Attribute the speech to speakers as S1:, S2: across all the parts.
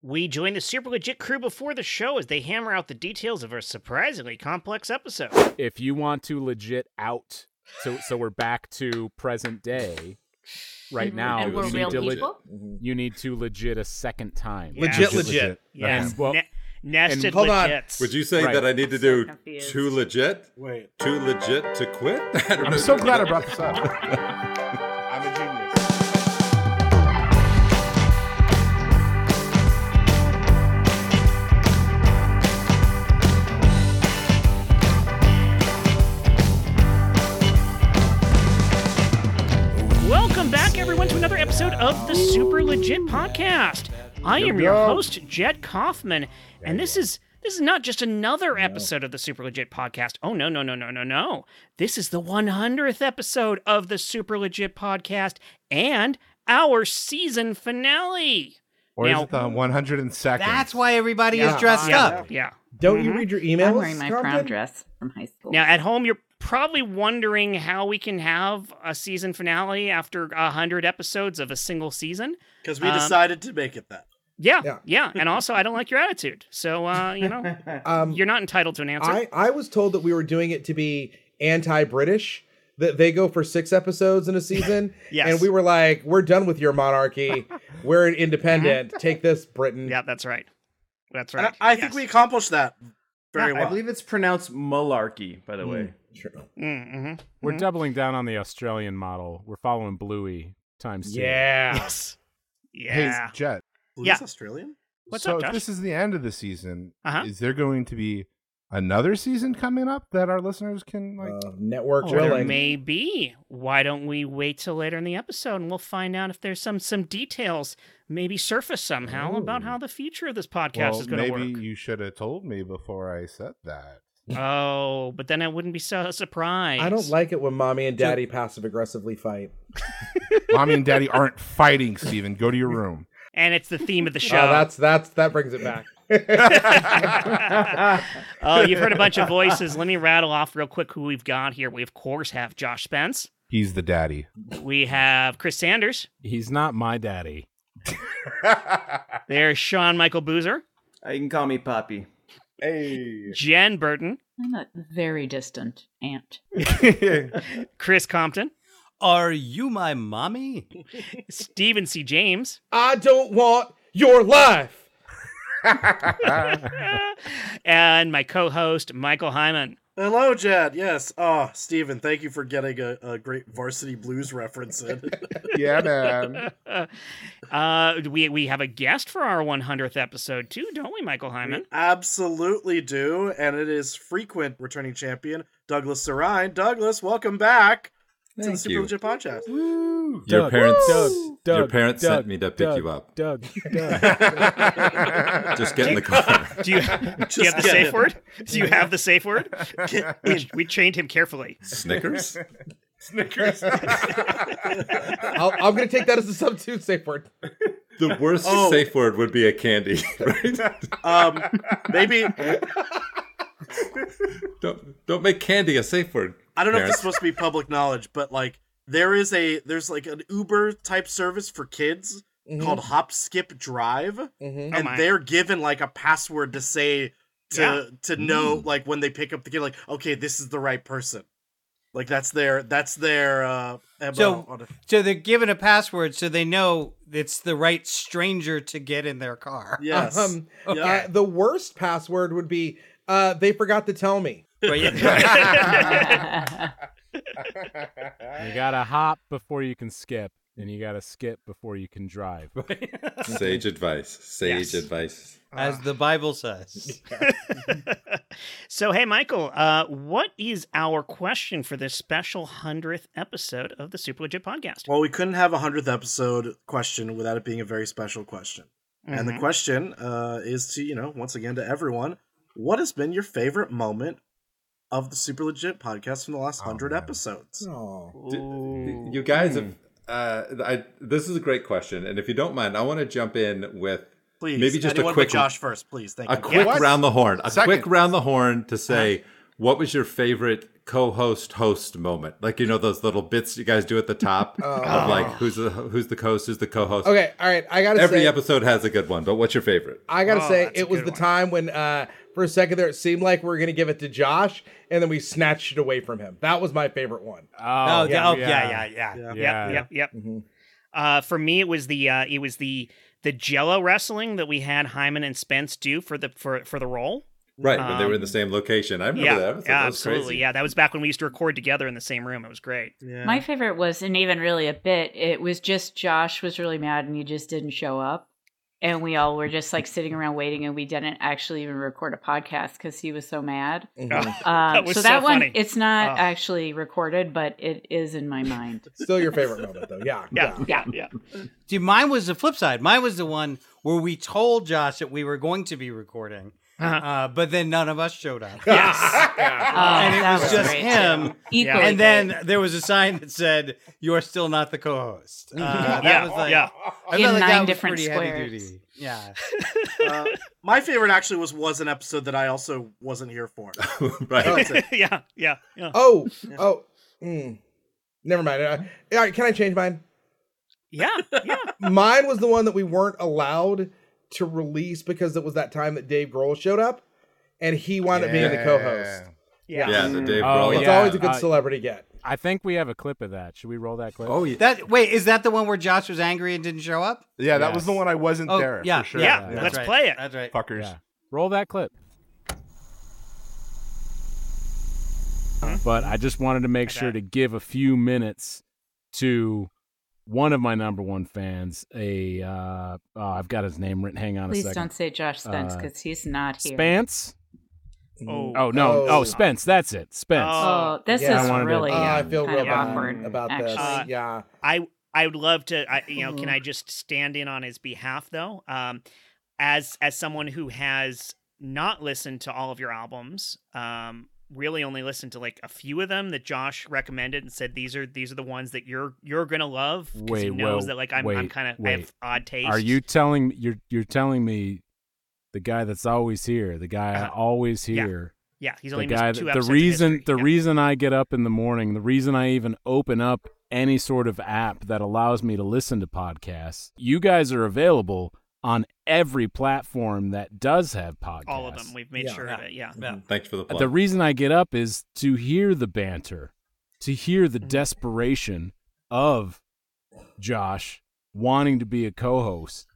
S1: We join the super legit crew before the show as they hammer out the details of our surprisingly complex episode.
S2: If you want to legit out, so so we're back to present day. Right
S3: Mhm.
S2: now,
S3: And we're
S2: you,
S3: real
S2: need to le-
S3: people?
S4: Mhm.
S2: you need to legit a second time.
S1: Yeah.
S5: Mm-hmm. Legit,
S4: Legit,
S5: legit.
S4: legit.
S1: Yes.
S2: well-
S1: ne- nested
S2: and-
S5: Hold on.
S1: legits.
S4: Would you say
S2: Right.
S4: that I need to
S3: So
S4: do
S3: confused.
S4: too legit?
S5: Wait,
S4: Too legit to quit? I don't know.
S2: I'm so glad I
S4: Legit.
S2: brought this up.
S5: I'm a genius.
S1: Welcome back, everyone, to another episode of the Super Legit Podcast. I am your host, Jed Kaufman, and this is this is not just another episode of the Super Legit Podcast. Oh no, no, no, no, no, no! This is the 100th episode of the Super Legit Podcast and our season finale.
S6: Or
S1: Now-
S6: is it the 102nd?
S5: That's why everybody
S1: Yeah.
S5: is dressed
S1: yeah,
S5: up.
S1: Yeah.
S7: Don't
S1: Mhm.
S7: you read your
S3: I'm
S7: emails?
S3: wearing my
S7: Compton?
S3: prom dress from high school.
S1: Now, at home, you're probably wondering how we can have a season finale after 100 episodes of a single season.
S8: Because we
S1: Um,
S8: decided to make it that.
S1: Yeah, yeah.
S7: Yeah.
S1: And also, I don't like your attitude. So, uh, you know,
S7: Um,
S1: you're not entitled to an answer.
S7: I, I was told that we were doing it to be anti-British. That they go for six episodes in a season,
S1: Yes.
S7: and we were like, "We're done with your monarchy. we're independent. Take this, Britain."
S1: yeah, that's right. That's
S8: And
S1: right.
S8: I, I think
S1: Yes.
S8: we accomplished that very
S5: I
S8: well.
S5: believe it's pronounced malarkey, by the way.
S1: Mm,
S6: Mm-hmm.
S1: mhm.
S2: We're
S8: Mm-hmm.
S2: doubling down on the Australian model. We're following Bluey times two.
S7: Yeah.
S1: Yes.
S6: Hey,
S1: Yeah.
S6: Jet.
S8: Blue's
S1: yeah.
S8: Australian?
S1: What's
S6: so
S1: up,
S6: if
S1: Josh?
S6: this is the end of the season.
S1: Uh-huh.
S6: Is there going to be another season coming up that our listeners can like?
S7: Uh, network
S6: Oh,
S7: willing.
S1: Maybe. Why don't we wait till later in the episode and we'll find out if there's some some details maybe surface somehow about how the future of this podcast
S6: well,
S1: is going to work.
S6: maybe you should have told me before I said that.
S1: Oh, but then I wouldn't be so surprised.
S7: I don't like it when mommy and daddy passive aggressively fight.
S6: Mommy and Daddy aren't fighting, Steven. Go to your room.
S1: And it's the theme of the
S7: Oh,
S1: show.
S7: that's that's that brings it back.
S1: oh, you've heard a bunch of voices. Let me rattle off real quick who we've got here. We of course have Josh Spence.
S6: He's the daddy.
S1: We have Chris Sanders.
S2: He's not my daddy.
S1: There's Sean Michael Boozer,
S5: Uh, You can call me Poppy.
S4: Hey.
S1: Jen Burton,
S3: I'm a very distant aunt.
S1: Chris Compton,
S9: Are you my mommy?
S1: Stephen C. James,
S7: I don't want your life.
S1: and my co-host Michael Hyman.
S8: Hello, Jed. Yes. Oh, Steven, thank you for getting a, a great varsity blues reference in.
S6: yeah, man.
S1: uh, we we have a guest for our 100th episode too, don't we, Michael Hyman?
S8: We absolutely do. And it is frequent returning champion, Douglas Sarine. Douglas, welcome back to the
S4: Thank
S8: Super
S4: you.
S8: Legit Podcast.
S2: Woo!
S4: Your
S2: Doug,
S4: parents-
S2: Doug,
S4: your
S2: Doug,
S4: parents
S2: Doug,
S4: sent me to pick
S2: Doug,
S4: you up.
S2: Doug, Doug.
S4: Just get in the car.
S1: Do you, do you
S8: Just
S1: have the
S8: get
S1: safe
S8: it.
S1: word? Do you have the safe word? We, we trained him carefully.
S4: Snickers?
S6: Snickers.
S7: I'll, I'm gonna take that as a substitute safe word.
S4: The worst
S8: Oh.
S4: safe word would be a candy, right?
S8: Um, maybe,
S4: don't, don't make candy a safe word.
S8: I don't know if
S4: Parents.
S8: this is supposed to be public knowledge, but like, there is a, there's like an Uber type service for kids called Hop Skip Drive.
S10: Mm-hmm.
S7: Mhm.
S1: Oh
S8: and
S1: my.
S8: they're given like a password to say to
S1: Yeah.
S8: to know like when they pick up the kid like okay this is the right person like that's their that's their uh MO
S9: So-
S8: on it.
S9: So they're given a password so they know it's the right stranger to get in their car.
S8: yes
S7: Um,
S8: yeah.
S7: uh, the worst password would be uh, they forgot to tell me.
S9: But yeah.
S2: you gotta hop before you can skip, and you gotta skip before you can drive.
S4: Sage advice.
S1: Yes.
S4: Sage advice.
S9: As the Bible says.
S1: so, hey, Michael, uh, what is our question for this special 100th episode of the Super Legit podcast?
S8: well we couldn't have a 100th episode question without it being a very special question and the
S1: Mhm.
S8: question uh is to you know once again to everyone what has been your favorite moment of the super legit podcast from the last
S6: Oh,
S8: 100
S6: man.
S8: episodes
S7: Oh,
S4: D-
S1: Ooh.
S4: You guys
S7: Hmm.
S4: have. Uh, I, this is a great question, and if you don't mind, I want to jump in with
S8: please
S4: Maybe just a
S8: anyone but
S4: quick-
S8: josh first please thank
S4: a
S8: you
S4: quick
S6: What?
S4: round the horn. A
S6: Second.
S1: Uh-huh.
S4: quick round the horn to say what was your favorite co-host host moment, like you know those little bits you guys do at the top of like who's the who's the host, who's the co-host.
S7: Uh. Okay, all right. I gotta
S4: Every
S7: say,
S4: episode has a good one, but what's your favorite?
S7: I gotta
S1: Oh,
S7: say,
S1: that's a
S7: it was
S1: good
S7: the
S1: one.
S7: time when uh, for a second there it seemed like we were gonna give it to Josh, and then we snatched it away from him. That was my favorite one.
S9: Oh,
S2: Oh,
S9: yeah,
S2: yeah.
S9: oh, yeah, yeah, yeah.
S2: Yeah.
S1: Yep, yep, yep. Uh, for me, it was the uh, it was the the Jello wrestling that we had Hyman and Spence do for the for for the role.
S4: Right when they were in the
S1: Um,
S4: same location. I remember
S1: yeah,
S4: that. I thought
S1: yeah,
S4: that was
S1: absolutely.
S4: crazy.
S1: Yeah, that was back when we used to record together in the same room. It was great.
S8: Yeah.
S3: My favorite wasn't even really a bit. It was just Josh was really mad and you just didn't show up. And we all were just like sitting around waiting and we didn't actually even record a podcast because he was so mad. Um,
S1: Mm-hmm. That was
S3: so
S1: so
S3: that one,
S1: funny.
S3: it's not
S1: Oh.
S3: actually recorded, but it is in my mind.
S7: Still your favorite moment though. Yeah.
S1: Yeah, yeah, yeah.
S9: Dude, mine was the flip side. Mine was the one where we told Josh that we were going to be recording,
S1: Uh-huh.
S9: uh, but then none of us showed up.
S1: Yes.
S3: Oh,
S9: and it
S3: that
S9: was just
S3: great,
S9: him.
S3: too. Equally
S9: And
S3: great.
S9: then there was a sign that said, "You're still not the co-host." Uh, that
S1: Yeah,
S9: was like,
S1: yeah.
S9: I
S3: Mm-hmm. In
S9: felt like
S3: nine
S9: that was
S3: different
S9: pretty
S3: squares.
S9: heavy duty. Yeah,
S8: Uh, my favorite actually was was an episode that I also wasn't here for.
S4: right.
S1: yeah, yeah, yeah.
S7: Oh, oh, mm. never mind. Uh, all right, can I change mine?
S1: Yeah, yeah.
S7: mine was the one that we weren't allowed to release because it was that time that Dave Grohl showed up, and he wound up being the co-host.
S1: Yeah.
S4: Yeah, the Dave
S2: Oh,
S4: Grohl.
S7: It's
S2: yeah.
S7: always a good
S2: uh,
S7: celebrity get.
S2: I think we have a clip of that. Should we roll that clip?
S6: Oh yeah,
S9: that wait is that the one where Josh was angry and didn't show up?
S6: yeah. That was the
S2: Yes.
S6: one I wasn't
S9: Oh,
S6: there.
S9: yeah,
S6: for sure.
S1: yeah,
S9: That's
S1: let's
S9: right.
S1: play it.
S9: That's right.
S6: fuckers.
S2: Yeah. Roll that clip. But I just wanted to make
S1: Okay.
S2: sure to give a few minutes to one of my number one fans. A uh, oh, I've got his name written. Hang on
S3: Please
S2: a second.
S3: don't say Josh Spence
S2: Uh,
S3: because he's not here.
S2: Spence.
S1: Oh,
S2: Oh no.
S7: Oh.
S2: Oh, Spence. That's it. Spence.
S3: Oh, this
S7: Yeah, I
S3: is
S2: wanted to-
S3: really um,
S7: Uh, I feel
S3: kind
S7: real
S3: of
S7: bad
S3: awkward
S7: about
S3: actually. Mm-hmm.
S7: this.
S1: Uh,
S7: yeah.
S1: I I would love to. I, you know, can I just stand in on his behalf though? Um, as as someone who has not listened to all of your albums, um, really only listened to like a few of them that Josh recommended and said these are these are the ones that you're you're gonna love because he
S2: Wait,
S1: knows
S2: whoa,
S1: that like I'm I'm
S2: wait,
S1: kind of I
S2: wait.
S1: have odd taste.
S2: Are you telling you're you're telling me the guy that's always here, the guy I
S1: Uh-huh.
S2: always
S1: Yeah.
S2: hear,
S1: Yeah, he's
S2: the
S1: only
S2: guy
S1: missed two
S2: that the
S1: episodes in
S2: reason
S1: history.
S2: the
S1: Yeah.
S2: reason I get up in the morning, the reason I even open up any sort of app that allows me to listen to podcasts. You guys are available on every platform that does have podcasts.
S1: all of them we've made
S7: Yeah.
S1: sure of it. Yeah,
S9: Yeah.
S4: Mm-hmm. Thanks for the plug.
S2: The reason I get up is to hear the banter, to hear the
S7: Mm-hmm.
S2: desperation of Josh wanting to be a co-host.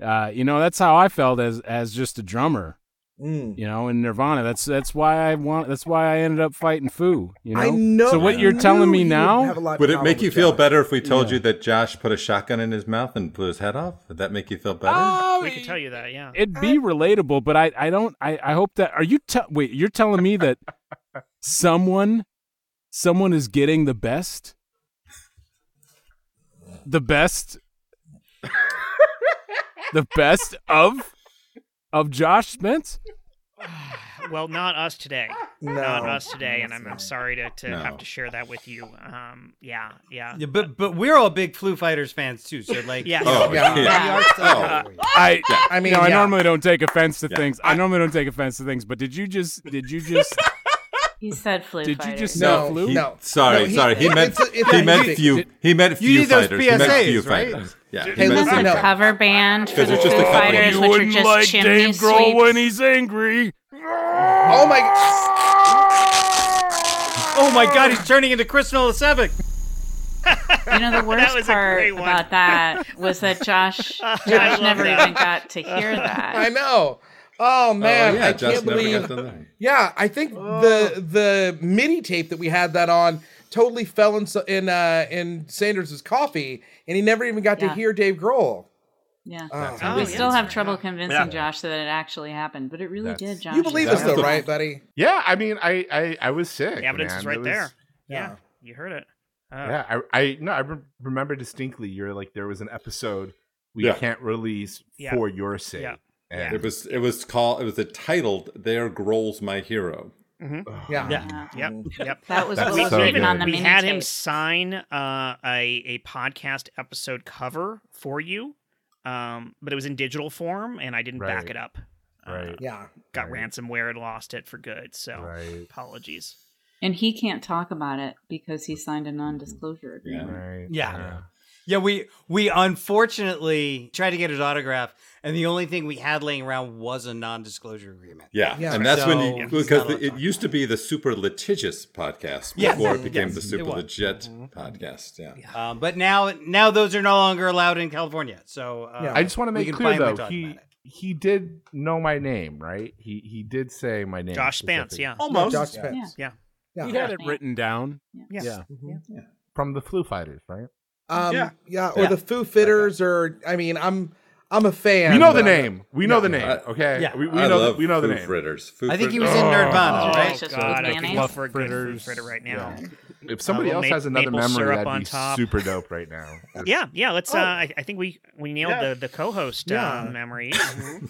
S2: Uh, you know, that's how I felt as as just a drummer.
S7: Mm.
S2: You know, in Nirvana. That's that's why I want. That's why I ended up fighting Foo. You know.
S7: I know.
S2: So what
S7: I
S2: you're
S7: knew
S2: telling me
S7: you
S2: now?
S7: have a lot in
S4: Would it
S7: common
S4: make you
S7: with
S4: feel
S7: Josh.
S4: better if we told you that Josh put a shotgun in his mouth and blew his head off? Would that make you feel better?
S2: Oh,
S1: we could tell you that. Yeah,
S2: It'd be relatable, but I, I don't I, I hope that are you te- wait, you're telling me that someone someone is getting the best? The best The best of of Josh Spence?
S1: well, not us today.
S7: No.
S1: Not us today, and I'm, I'm sorry to, to
S4: No.
S1: have to share that with you. Um, yeah, yeah.
S9: Yeah, but but we're all big Foo Fighters fans too. So like,
S1: Yeah.
S4: Oh,
S7: Yeah.
S9: we are still
S4: Oh.
S9: covering.
S2: I
S7: I mean,
S2: no, I
S7: yeah.
S2: normally don't take offense to
S4: Yeah.
S2: things. I normally don't take offense to things, but did you just did you just
S3: He said flu
S2: Did you just
S3: fighters.
S2: No,
S7: no,
S2: flu?
S4: He-
S7: no.
S4: Sorry,
S7: No, he-
S4: sorry. He
S7: it's-
S4: meant
S7: it's- it's
S4: he
S7: an
S4: meant
S7: instinct.
S4: few he meant few
S9: need those
S4: fighters. He meant
S9: PSAs,
S4: few
S9: right?
S4: fighters. Yeah. he
S7: Hey,
S4: meant
S7: listen,
S4: few
S7: no.
S3: Remember
S7: no.
S3: the cover band for
S4: Because
S3: the
S4: it's just a
S3: Foo
S4: couple of
S3: Fighters,
S4: you
S3: which are just chimney sweeps.
S2: he's angry.
S7: Oh my.
S9: Oh my God, he's turning into Chris Nolasevic.
S3: You know, the worst
S1: was a
S3: part
S1: great one.
S3: about that was that Josh Josh
S1: I love
S3: never
S1: that.
S3: even got to hear
S7: I
S3: that.
S7: know. Oh man,
S4: yeah,
S7: I
S4: Josh
S7: can't
S4: never
S7: believe
S4: got done that.
S7: Yeah, I think
S1: Oh.
S7: the the mini tape that we had that on totally fell in so- in uh, in Sanders's coffee, and he never even got to
S3: Yeah.
S7: hear Dave Grohl.
S3: Yeah.
S7: Oh,
S1: Oh,
S3: we
S1: yeah,
S3: still
S1: that's
S3: have
S1: right.
S3: trouble
S1: Yeah.
S3: convincing Josh that it actually happened, but it really
S6: That's-
S3: did, Josh.
S7: you believe us
S4: That's
S7: though,
S4: the-
S7: right, buddy?
S6: Yeah, I mean, I I, I was sick.
S1: The evidence
S6: man.
S1: is
S6: It
S1: right
S6: was-
S1: there. Yeah.
S7: yeah.
S1: you heard it. Uh,
S6: Yeah, I, I no, I re- remember distinctly. You're like, there was an episode we
S4: Yeah.
S6: can't release
S1: Yeah.
S6: for your sake.
S1: Yeah.
S6: And-
S4: It was it was called it was titled "There Grows My Hero."
S10: Mm-hmm. Oh.
S7: Yeah.
S2: Yeah.
S1: Yep. Yep.
S3: That was
S6: That's
S3: what was
S6: so
S3: written
S6: good.
S3: on the
S1: we
S3: mini
S1: had him
S3: tape.
S1: sign uh, a a podcast episode cover for you, um, but it was in digital form, and I didn't back
S6: Right.
S1: it up. Uh,
S6: Right.
S7: Yeah.
S1: got
S6: Right.
S1: ransomware and lost it for good. So
S6: Right.
S1: apologies.
S3: And he can't talk about it because he signed a non-disclosure agreement.
S6: Right.
S9: Yeah. Yeah. we we unfortunately tried to get his autograph, and the only thing we had laying around was a non-disclosure agreement.
S4: Yeah.
S7: Yeah.
S4: and that's when
S9: So-
S4: you
S9: Not
S4: because
S9: a lot of
S4: it
S9: time.
S4: used to be the super litigious podcast
S9: Yes.
S4: before it became
S9: Yes,
S4: the
S9: it
S4: super
S9: was.
S4: legit
S7: Mm-hmm.
S4: podcast. Yeah.
S9: Um, but now now those are no longer allowed in California. So uh,
S7: Yeah.
S6: I just want to
S9: we
S6: make
S9: can
S6: clear
S9: finally
S6: though
S9: talk
S6: he
S9: about it.
S6: he did know my name, right? He he did say my name.
S1: Josh Spence,
S6: specifically.
S1: yeah.
S8: Almost.
S7: Josh Spence.
S1: Yeah.
S7: Yeah. Mm-hmm.
S2: He had it written down.
S1: Yes.
S2: Yeah.
S6: from the Flu Fighters, right?
S7: Um, yeah.
S8: Yeah.
S7: Or the Foo Fitters, or I mean, I'm I'm a fan.
S6: we know the
S7: but I'm-
S6: name. We know
S7: Yeah.
S6: the name.
S4: Uh,
S6: okay.
S9: yeah.
S6: We, we
S4: I
S6: know
S4: love
S6: the, we know the
S4: Foo
S6: name.
S4: Fritters. Foo
S9: I think he was
S4: Fritters.
S9: in Nirvana,
S1: Oh,
S9: right?
S3: Delicious
S1: God,
S3: with
S1: I could
S3: mayonnaise.
S1: love for a good
S6: Fritters.
S1: food fritter right now.
S6: Yeah. If somebody
S1: little
S6: else
S1: Uh, ma-
S6: has another
S1: maple
S6: memory,
S1: syrup
S6: that'd
S1: on
S6: be
S1: top.
S6: super dope right now.
S1: Yeah, yeah. Let's. Uh, I, I think we we nailed
S8: Yeah.
S1: the the co-host
S7: Oh. Yeah. Mm-hmm.
S1: uh, memory.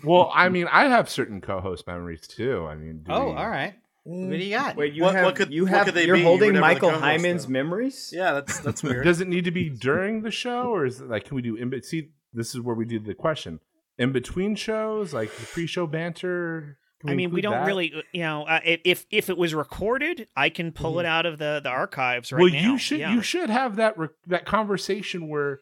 S6: Well, I mean, I have certain co-host memories too. I mean, do
S9: Oh,
S6: we-
S9: all right. What do
S7: Mm,
S9: you got?
S5: Wait, you
S8: What-
S5: have
S8: what could-
S5: you
S8: what
S5: have
S8: could they
S5: you're
S8: be? You
S5: holding
S8: were never the
S5: Michael
S8: co-host,
S5: Hyman's
S8: though.
S5: memories.
S8: Yeah, that's that's weird.
S6: Does it need to be during the show, or is it like can we do in? bet- See, this is where we do the question in between shows, like the pre-show banter. Can
S1: I mean, we
S6: include
S1: don't
S6: that?
S1: really, uh, you know, uh, i- if if it was recorded, I can pull it out of the the archives right
S6: Mm-hmm. well,
S1: now.
S6: you should
S1: Yeah.
S6: you should have that re- that conversation where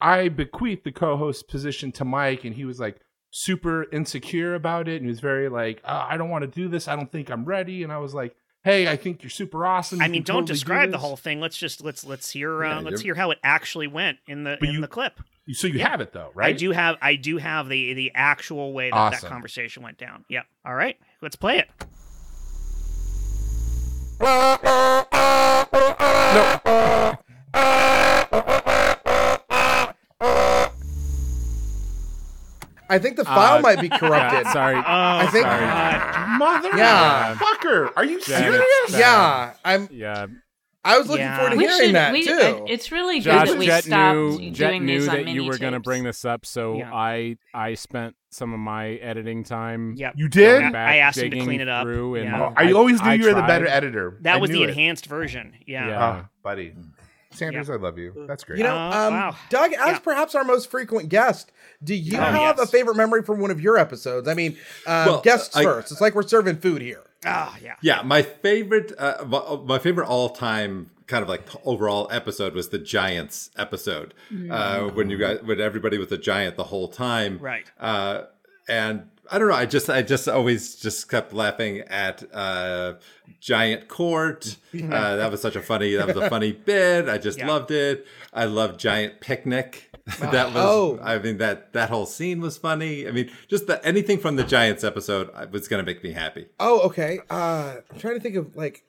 S6: I bequeath the co-host position to Mike, and he was like super insecure about it, and he was very like, "Uh, "I don't want to do this. I don't think I'm ready." And I was like, "Hey, I think you're super awesome."
S1: I
S6: You
S1: mean,
S6: can
S1: don't
S6: totally do
S1: describe the
S6: this."
S1: whole thing. Let's just let's let's hear uh,
S4: Yeah,
S1: let's
S4: you're-
S1: hear how it actually went in the
S6: But
S1: in
S6: you-
S1: the clip.
S6: So you have it though,
S1: I
S6: right?
S1: do have I do have the the actual way that
S6: Awesome.
S1: that conversation went down. Yep. All right, let's play it.
S7: I think the file
S2: Uh,
S7: might be corrupted.
S2: Yeah, sorry.
S1: Oh, I
S7: think-
S1: God.
S6: Motherfucker,
S7: Yeah.
S6: Are you
S2: Yeah,
S6: serious?
S2: it's-
S7: yeah, I'm.
S2: Yeah.
S7: I was looking
S1: Yeah.
S7: forward to
S1: We
S7: hearing that
S3: we,
S7: too.
S3: uh, It's really good
S2: Josh
S3: that we
S2: Jet
S3: stopped
S2: knew Jet
S3: doing
S2: knew
S3: these on
S2: that you
S3: mini
S2: were going to
S3: tapes.
S2: bring this up, so
S1: Yeah.
S2: I I spent some of my editing time.
S1: Yep.
S6: You did?
S2: going back,
S1: I asked him to
S2: digging
S1: clean it up.
S2: through, and
S1: Yeah.
S6: Oh, I, always knew
S2: I
S6: you were the better
S2: tried.
S6: editor.
S1: That
S6: I
S1: was the
S6: knew it.
S1: enhanced version. Yeah.
S2: Yeah.
S6: Ah, buddy, Sanders, I love you. That's great.
S7: you
S6: Oh,
S7: know,
S1: Uh,
S7: um,
S1: wow.
S7: Doug, as
S1: Yeah.
S7: perhaps our most frequent guest, do you
S1: Oh,
S7: have
S1: yes.
S7: a favorite memory from one of your episodes? I mean, um,
S4: Well,
S7: guests
S4: I-
S7: first. It's like we're serving food here.
S1: Ah, yeah.
S4: Yeah, my favorite, uh, my- my favorite all-time kind of like overall episode was the Giants episode uh, when you guys when everybody was a giant the whole time,
S1: Right.
S4: Uh, and I don't know, I just I just always just kept laughing at uh, Giant Court. Uh, that was such a funny that was a funny bit. I just
S1: Yeah.
S4: loved it. I love Giant Picnic. that was
S7: Oh.
S4: I mean that that whole scene was funny. I mean just the, anything from the Giants episode uh, was going to make me happy.
S7: Oh, okay. Uh, I'm trying to think of like,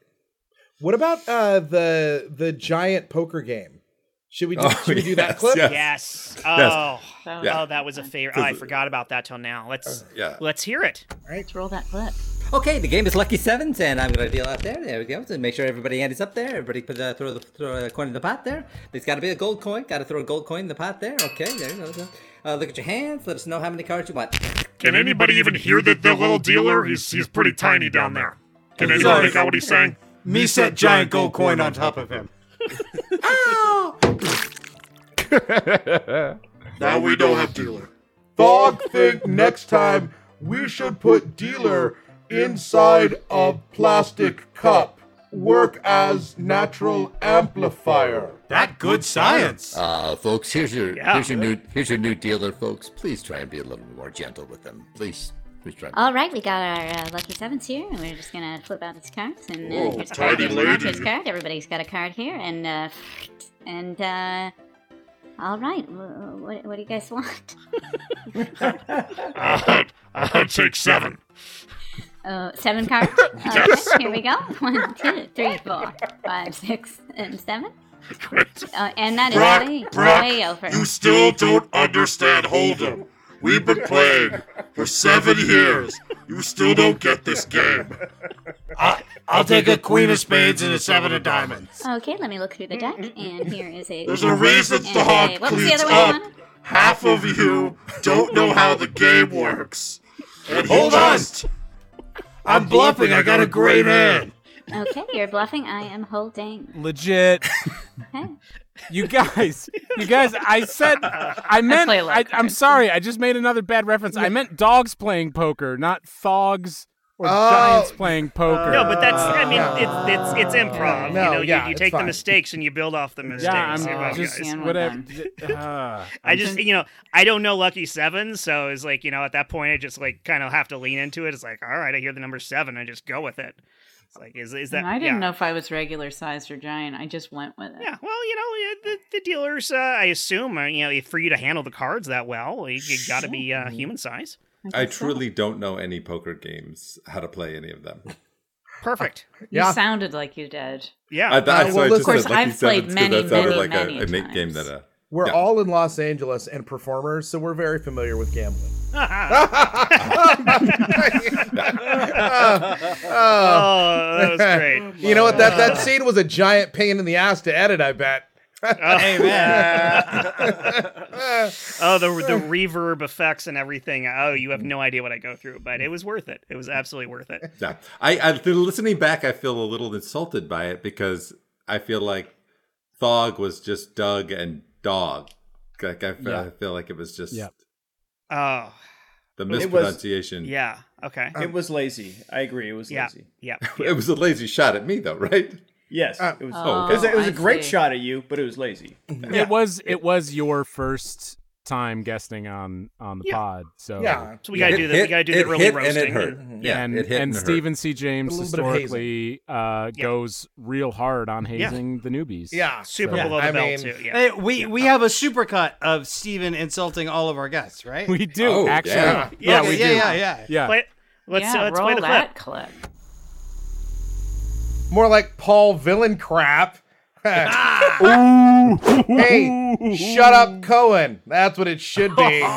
S7: what about uh, the the giant poker game? Should we do,
S4: Oh,
S7: should we do that
S4: yes,
S7: clip?
S4: yes.
S1: Yes.
S4: Yes.
S1: Oh,
S3: That was-
S4: Yeah.
S1: oh, that was a favorite. Oh, I forgot about that till now.
S6: uh,
S1: Let's
S4: Yeah.
S1: let's hear it.
S3: Let's roll that clip.
S11: Okay, the game is lucky sevens, and I'm gonna deal out there. There we go. So make sure everybody hand is up there. Everybody put uh, throw the throw a coin in the pot there. There's got to be a gold coin. Got to throw a gold coin in the pot there. Okay, there you go. Uh, look at your hands. Let us know how many cards you want.
S10: Can anybody even hear the, the little dealer? He's, he's pretty tiny down there. Can anyone
S9: Sorry.
S10: make out what he's saying?
S9: Me set giant gold coin on top of him.
S8: now we don't have dealer.
S7: Dog think next time we should put dealer inside a plastic cup. Work as natural amplifier.
S9: That good science.
S10: Uh, folks, here's your
S1: Yeah. here's your
S10: new here's your new dealer, folks. Please try and be a little more gentle with them. Please, please try.
S11: All right, we got our uh, lucky sevens here, and we're just gonna flip out these cards. And uh, here's a card.
S10: Oh, tidy
S11: Here's not
S10: lady.
S11: his card. Everybody's got a card here, and uh, and uh, all right. wh- What, what do you guys want?
S10: I'd, I'd take seven.
S11: Uh, seven cards. Okay, here we go. One, two, three, four, five, six, and seven.
S10: Great.
S11: Uh, and that is
S10: Brock,
S11: way,
S10: Brock,
S11: way over.
S10: you still don't understand Hold'em. We've been playing for seven years. You still don't get this game.
S9: I, I'll take a queen of spades and a seven of diamonds.
S11: Okay, let me look through the deck, and here is a.
S10: There's a reason
S11: and
S10: the hog
S11: a- what was the
S10: cleans
S11: other one?
S10: up.
S11: Lana?
S10: Uh, Half of you don't know how the game works. And he
S9: Hold on.
S10: just-
S9: I'm bluffing. I got a great hand.
S11: Okay, you're bluffing. I am holding.
S2: Legit.
S11: Okay.
S2: You guys, you guys, I said, I meant,
S3: play a lot
S2: I,
S3: of
S2: I'm
S3: cards.
S2: sorry, I just made another bad reference. I meant dogs playing poker, not thogs Or
S6: Oh.
S2: giants playing poker.
S1: No, but that's. I mean,
S6: Ah.
S1: it's it's it's improv.
S2: Uh, No,
S1: you know,
S2: yeah,
S1: you, you
S2: it's
S1: take the
S2: fine.
S1: mistakes and you build off the mistakes.
S2: I'm
S1: you know,
S2: just-
S1: guys.
S2: whatever.
S1: I just, you know, I don't know Lucky Seven, so it's like, you know, at that point, I just like kind of have to lean into it. It's like, all right, I hear the number seven, I just go with it. It's like, is is that?
S3: And I didn't
S1: yeah.
S3: know if I was regular sized or giant. I just went with it.
S1: Yeah, well, you know, yeah, the, the dealers, uh, I assume, uh, you know, if- for you to handle the cards that well, you, you got to be uh, human size.
S4: I truly don't know any poker games, how to play any of them.
S1: perfect.
S3: You sounded like you did.
S1: Yeah.
S4: I, th- I- so I
S3: Uh, of
S4: just
S3: course,
S4: said Lucky
S3: I've played
S4: Sevens 'cause
S3: many,
S4: that sounded
S3: many,
S4: like
S3: many.
S4: a, a na- game that uh, a
S12: We're
S4: Yeah.
S12: all in Los Angeles and performers, so we're very familiar with gambling.
S1: oh, that was great.
S12: you know what? That that scene was a giant pain in the ass to edit. I bet.
S1: oh, the the reverb effects and everything. Oh, you have no idea what I go through, but it was worth it. It was absolutely worth it.
S4: Yeah, I, I th- listening back, I feel a little insulted by it because I feel like Thog was just Doug and Dog. Like I, f-
S1: Yeah.
S4: I feel like it was just
S1: Yeah. Oh,
S4: the
S1: It was-
S4: mispronunciation.
S1: yeah. Okay.
S5: It was lazy. I agree. It was
S1: Yeah,
S5: lazy.
S1: Yeah.
S4: it was a lazy shot at me, though, right?
S5: Yes.
S4: Uh,
S5: it was.
S4: Oh,
S5: it was, it was
S4: I
S5: a great
S4: see.
S5: shot at you, but it was lazy.
S1: Mm-hmm.
S2: It was it was your first time guesting on on the
S1: Yeah.
S2: pod, so
S1: Yeah. So we gotta It do the- we hit- gotta do the it early hit and it roasting Mm-hmm. hurt. and- Yeah,
S2: and,
S1: it hit
S2: and
S1: and it hurt.
S2: Stephen C. James
S1: A little bit of hazing.
S2: historically uh, goes real hard on
S1: Yeah.
S2: hazing the newbies.
S1: Super
S2: so-
S1: below the belt too. Yeah.
S9: Hey, we we have a supercut of Steven insulting all of our guests, right?
S2: We do, Oh, actually. yeah.
S1: Yeah,
S9: Okay,
S1: we
S9: yeah,
S1: do.
S9: yeah, yeah,
S1: Play- let's
S3: Yeah,
S1: uh, let's play
S3: roll
S1: the
S3: that
S1: clip.
S3: clip.
S12: More like Paul villain crap. hey, shut up, Cohen. That's what it should be.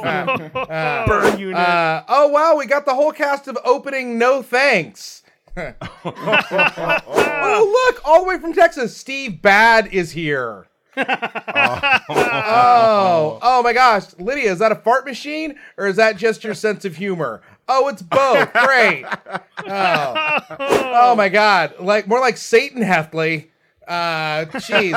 S12: Uh,
S7: Burn unit.
S12: uh, oh wow, we got the whole cast of opening. No thanks. oh look, all the way from Texas, Steve Bad is here. oh, oh my gosh, Lydia, is that a fart machine or is that just your sense of humor? Oh, it's both. Great. Oh, oh my god, like more like Satan Heffley. Uh, jeez.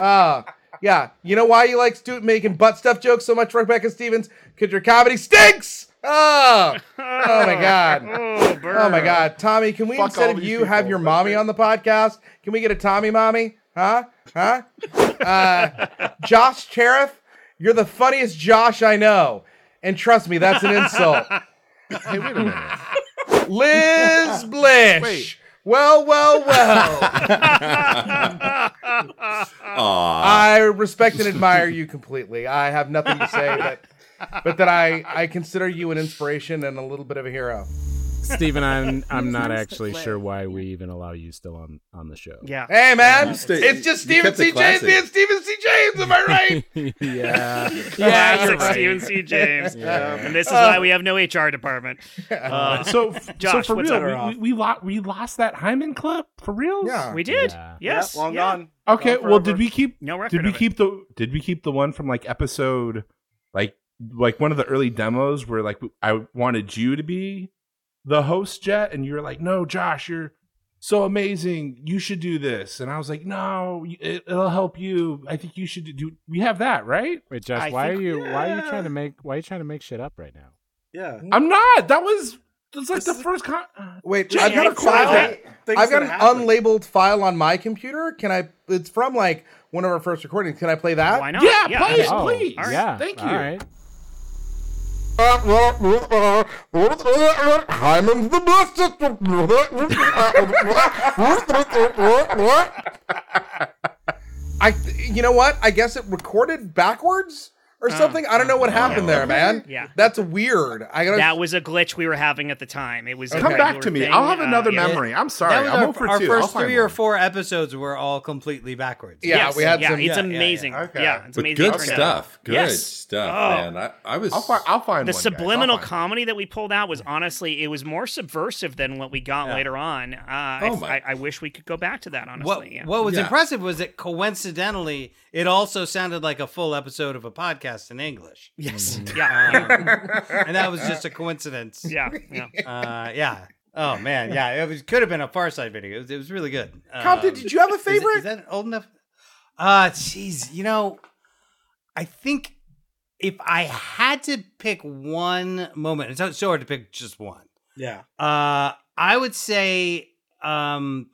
S12: uh, yeah, you know why you like stu- making butt stuff jokes so much, Rebecca Stevens? Because your comedy stinks. Oh, oh my god.
S1: Oh,
S12: Oh my God, Tommy! Can we
S7: Fuck all
S12: instead of
S7: these
S12: you
S7: people.
S12: have your mommy on the podcast? Can we get a Tommy mommy? Huh? Huh? uh, Josh Tariff, you're the funniest Josh I know, and trust me, that's an insult.
S6: Hey, wait a minute.
S12: Liz Blish.
S6: Wait.
S12: Well, well, well. I respect and admire you completely. I have nothing to say, but but that I I consider you an inspiration and a little bit of a hero.
S2: Steven, I'm I'm not
S12: Nice
S2: actually
S12: flip.
S2: sure why we even allow you still on on the show.
S1: Yeah.
S12: Hey man,
S2: stay-
S12: it's just
S2: you
S12: Stephen
S2: kept it
S12: C. James
S2: classy.
S12: being Stephen C. James. Am I right?
S2: yeah.
S1: Classic Stephen C. James.
S6: Yeah.
S1: And this is
S6: Uh,
S1: why we have no HR department.
S6: Uh,
S1: Uh,
S6: so,
S1: Josh,
S6: so for
S1: what's
S6: real,
S1: up?
S6: we, we, we, lost, we lost that Hyman clip for real.
S1: Yeah. We did. Yes.
S8: Yeah, long
S1: yeah.
S8: gone.
S6: Okay.
S8: Gone
S6: well,
S8: forever.
S6: did we keep
S1: No record
S6: Did we
S1: of it.
S6: keep the Did we keep the one from like episode, like like one of the early demos where like I wanted you to be the host, Jet, and you were like, "No, Josh, you're so amazing. You should do this." And I was like, "No, it, it'll help you. I think you should do." We have that, right?
S2: Wait, Josh,
S6: I
S2: why
S6: think-
S2: are you why are you
S6: Yeah.
S2: trying to make why are you trying to make shit up right now?
S8: Yeah.
S6: I'm not. That was that's like the first con. uh,
S12: Wait,
S6: Jay,
S12: I've got
S6: I
S12: a
S6: recorded
S12: file.
S6: that. Things
S12: I've got an
S6: that happen.
S12: unlabeled file on my computer. Can I? It's from like one of our first recordings. Can I play that?
S1: Why
S6: not? Yeah, Yeah, play it, okay. please. All right. Yeah, Thank all you. right.
S7: Hyman's the bestest.
S12: I. You know what? I guess it recorded backwards or something. I don't know what happened there, man.
S1: Yeah.
S12: That's weird. I gotta.
S1: That was a glitch we were having at the time. It was a
S6: Come back
S1: regular
S6: to me.
S1: thing. Uh,
S6: I'll have another
S1: yeah.
S6: memory. I'm sorry.
S9: uh, That was
S6: I'm
S9: our,
S6: over
S9: our
S6: two. I'll
S9: first
S6: find
S9: three or four episodes were all completely backwards.
S12: Yeah,
S4: we had some-
S1: It's
S4: Yeah, yeah, yeah.
S1: amazing. Yeah,
S4: Okay.
S1: it's
S4: But
S1: amazing.
S4: good
S1: turnout.
S4: stuff. Good
S1: Yes.
S4: stuff,
S1: Oh.
S4: man. I, I was.
S6: I'll fi- I'll find
S1: the
S6: one, guys. I'll
S1: subliminal
S6: find
S1: comedy that we pulled out was honestly it was more subversive than what we got later on. Uh, I-
S9: Oh my.
S1: I, I wish we could go back to that honestly.
S9: What,
S1: yeah.
S9: what was impressive was that coincidentally, it also sounded like a full episode of a podcast in English.
S1: Yes.
S9: Yeah. and that was just a coincidence.
S1: Mm-hmm. Yeah. Yeah.
S9: Uh, yeah. Oh, man. Yeah. It was, could have been a Far Side video. It was, it was really good.
S12: Compton,
S9: Um,
S12: did you have a
S9: is it- is
S12: favorite?
S9: that old enough? Uh, jeez. You know, I think if I had to pick one moment, it's so hard to pick just one.
S8: Yeah.
S9: Uh, I would say um,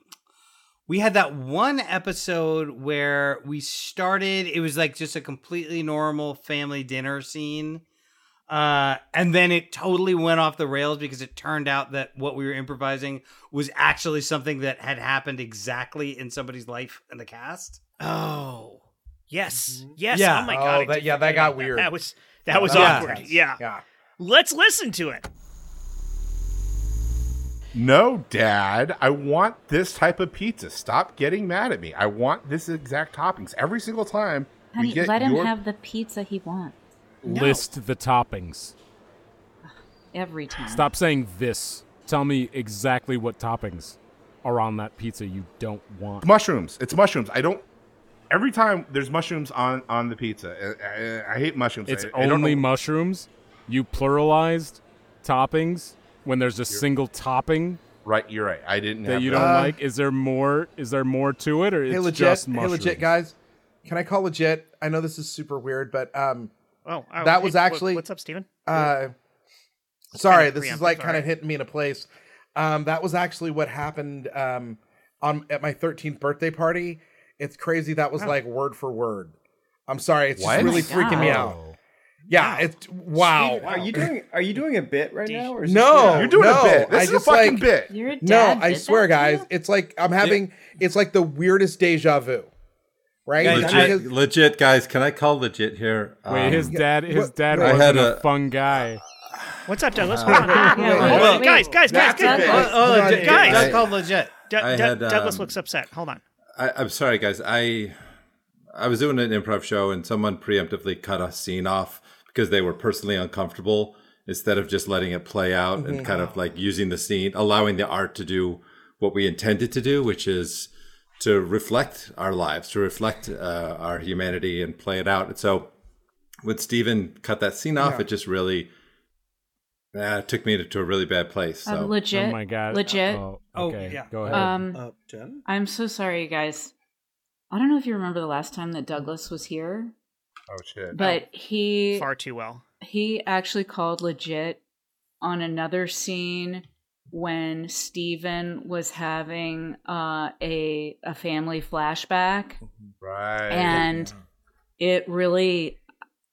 S9: we had that one episode where we started. It was like just a completely normal family dinner scene, uh, and then it totally went off the rails because it turned out that what we were improvising was actually something that had happened exactly in somebody's life in the cast.
S1: Oh, yes, yes.
S9: Yeah.
S1: Oh my god.
S9: Oh,
S1: I
S9: that-
S1: did
S9: yeah, that
S1: forget
S9: got
S1: about
S9: weird.
S1: That was that
S9: Yeah,
S1: was
S9: that was
S1: awkward.
S9: intense.
S1: Yeah.
S12: yeah.
S1: Let's listen to it.
S6: No, Dad, I want this type of pizza. Stop getting mad at me. I want this exact toppings every single time. we
S3: Honey,
S6: get
S3: let him
S6: your-
S3: have the pizza he wants
S2: List the toppings.
S3: every time.
S2: Stop saying this. Tell me exactly what toppings are on that pizza you don't want.
S6: mushrooms. It's mushrooms. I don't. Every time there's mushrooms on on the pizza. I, I, I hate mushrooms.
S2: It's
S6: I, I don't
S2: only
S6: know-
S2: mushrooms. You pluralized toppings when there's a single topping.
S6: Right, you're right. I didn't
S2: that
S6: have
S2: you
S6: that.
S2: don't
S6: Uh,
S2: like. Is there more? Is there more to it, or it's
S12: hey, legit,
S2: just
S12: hey,
S2: mushrooms?
S12: legit guys. Can I call legit? I know this is super weird, but um,
S1: Oh, oh,
S12: that
S1: hey,
S12: was
S1: what-
S12: actually
S1: what's up, Steven?
S12: Uh, sorry,
S1: kinda
S12: this is
S1: preemptive,
S12: like
S1: all
S12: kind of
S1: right.
S12: hitting me in a place. Um, that was actually what happened um on at my 13th birthday party. It's crazy. That was
S6: Wow.
S12: like word for word. I'm sorry. It's
S6: What?
S12: just really
S6: Oh my
S12: freaking me
S6: God.
S12: out. Yeah, it's wow.
S5: Steven, Are you doing are you doing a bit right now? Or is this
S12: No,
S5: real?
S6: You're doing a
S12: no,
S6: bit. This
S12: I
S6: is a
S12: just
S6: fucking
S12: like,
S6: bit.
S3: Your
S12: No,
S3: dad
S12: I
S3: did
S12: swear,
S3: that to
S12: guys,
S3: you?
S12: it's like I'm having it's like the weirdest deja vu, right?
S4: Legit,
S12: Because-
S4: legit, guys. Can I call legit here? Um,
S2: Wait, his dad. His
S12: What-
S2: dad
S4: I
S2: was
S4: had
S2: a,
S4: a-
S2: fun guy.
S1: What's up, Douglas?
S4: Uh,
S1: Hold on.
S4: Yeah,
S1: Hold on.
S4: wait,
S1: Hold on.
S4: wait.
S1: Guys, guys, guys,
S4: That's
S1: guys,
S4: a
S1: guys.
S4: bit. Oh, oh,
S1: Guys.
S4: Doug I- called
S9: legit.
S1: Doug-
S4: I
S1: Doug-
S4: had,
S1: Douglas
S4: um,
S1: looks upset. Hold on.
S4: I, I'm sorry, guys. I I was doing an improv show and someone preemptively cut a scene off because they were personally uncomfortable instead of just letting it play out
S12: Mhm.
S4: and kind of like using the scene, allowing the art to do what we intended to do, which is to reflect our lives, to reflect uh, our humanity and play it out. And so when Steven cut that scene off,
S3: Yeah.
S4: it just really uh, took me to, to a really bad place. So.
S3: Um, legit.
S2: Oh my god.
S3: Legit.
S2: Oh, okay. Go ahead.
S3: Um,
S8: Uh, Jen?
S3: I'm so sorry, you guys. I don't know if you remember the last time that Douglas was here,
S6: Oh shit.
S3: but he
S1: Far too well.
S3: he actually called legit on another scene when Steven was having uh, a a family flashback
S6: right.
S3: and it really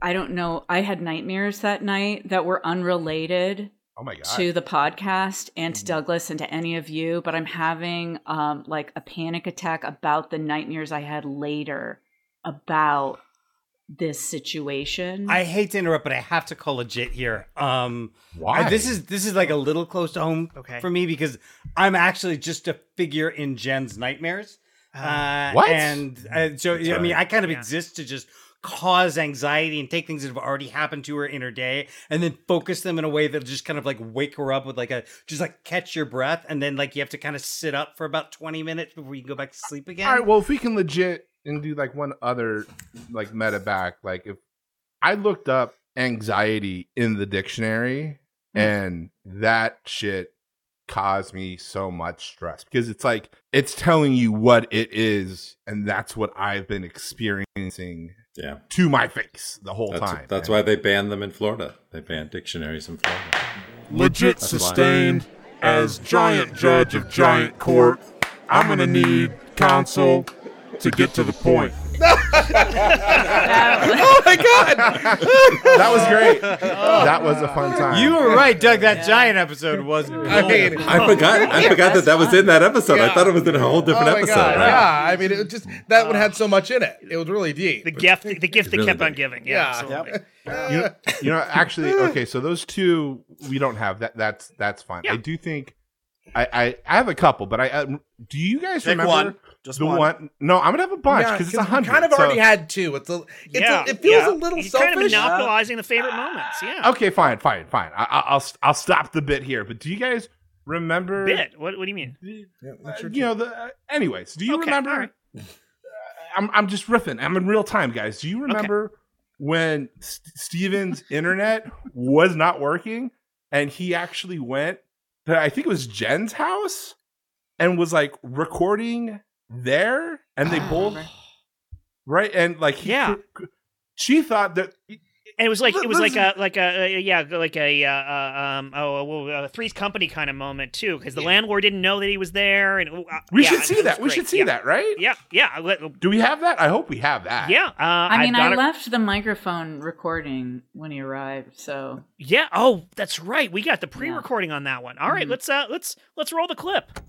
S3: I don't know, I had nightmares that night that were unrelated
S6: Oh my god. Mm-hmm.
S3: to the podcast and to Douglas and to any of you, but I'm having um like a panic attack about the nightmares I had later about this situation.
S9: I hate to interrupt, but I have to call legit here. Um,
S6: Why?
S9: I- this is this is like a little close to home
S1: Okay.
S9: for me because I'm actually just a figure in Jen's nightmares. Uh,
S6: What?
S9: And uh, so I mean,
S6: right.
S9: I kind of exist to just cause anxiety and take things that have already happened to her in her day and then focus them in a way that'll just kind of like wake her up with like a just like catch your breath and then like you have to kind of sit up for about 20 minutes before you can go back to sleep again.
S6: All right. Well, if we can legit and do like one other like meta back, like if I looked up anxiety in the dictionary, and that shit caused me so much stress because it's like it's telling you what it is, and that's what I've been experiencing
S4: yeah.
S6: to my face the whole
S4: That's,
S6: time.
S4: that's
S6: man.
S4: why they banned them in Florida. They banned dictionaries in Florida.
S10: Legit
S4: That's why.
S10: sustained as giant judge of giant court. I'm gonna need counsel to get to the point.
S12: oh my god!
S6: that was great. that was a fun time.
S9: You were right, Doug. That giant episode was.
S12: mean-
S4: I forgot. I forgot that that was in that episode. I thought it was in a whole different
S12: oh my
S4: episode.
S12: god!
S4: right?
S12: Yeah, I mean, it was just that one
S3: Ah.
S12: had so much in it. It was really deep.
S1: The gift, the gift that
S4: Really
S1: kept on
S4: did.
S1: giving. Yeah,
S12: Yeah.
S1: absolutely.
S6: you know, you know actually okay so those two we don't have that that's that's fine
S1: Yeah.
S6: i do think I, I i have a couple but i um, do you guys
S8: Pick
S6: remember
S8: one. Just
S6: the
S8: one.
S6: no i'm gonna have a bunch
S12: Yeah,
S6: because it's a
S12: 'cause we
S6: hundred
S12: Kind of
S6: so-
S12: already had two. It's a, it's
S1: yeah,
S12: a, it feels
S1: yeah.
S12: a little
S1: He's
S12: selfish.
S1: kind of monopolizing the favorite moments. Yeah.
S6: okay fine fine fine I, I- i'll s- i'll stop the bit here but do you guys remember
S1: Bit. What, what do you mean?
S12: Yeah,
S6: uh,
S12: that's your-
S6: you know the uh, anyways do you
S1: Okay,
S6: remember
S1: all right.
S6: Uh, I'm, I'm just riffing i'm in real time guys do you remember when S- steven's internet was not working and he actually went to i think it was jen's house and was like recording there and they both right and like he
S1: Oh, Yeah.
S6: she thought that
S1: And it was like it was like
S8: Listen.
S1: a like a uh, yeah like a uh, uh, um oh well, uh, Three's Company kind of moment too because the landlord didn't know that he was there and uh,
S6: We
S1: yeah,
S6: should see
S1: it was
S6: that. We
S1: great.
S6: should see
S1: Yeah.
S6: that, right?
S1: Yeah, yeah. Let-
S6: Do we have that? I hope we have that.
S1: Yeah, uh,
S3: I mean,
S1: I've got
S3: I
S1: it-
S3: left the microphone recording when he arrived, so
S1: Yeah. Oh, that's right. We got the pre-recording on that one. All right,
S6: Mm.
S3: Mhm.
S1: let's uh let's let's roll the clip.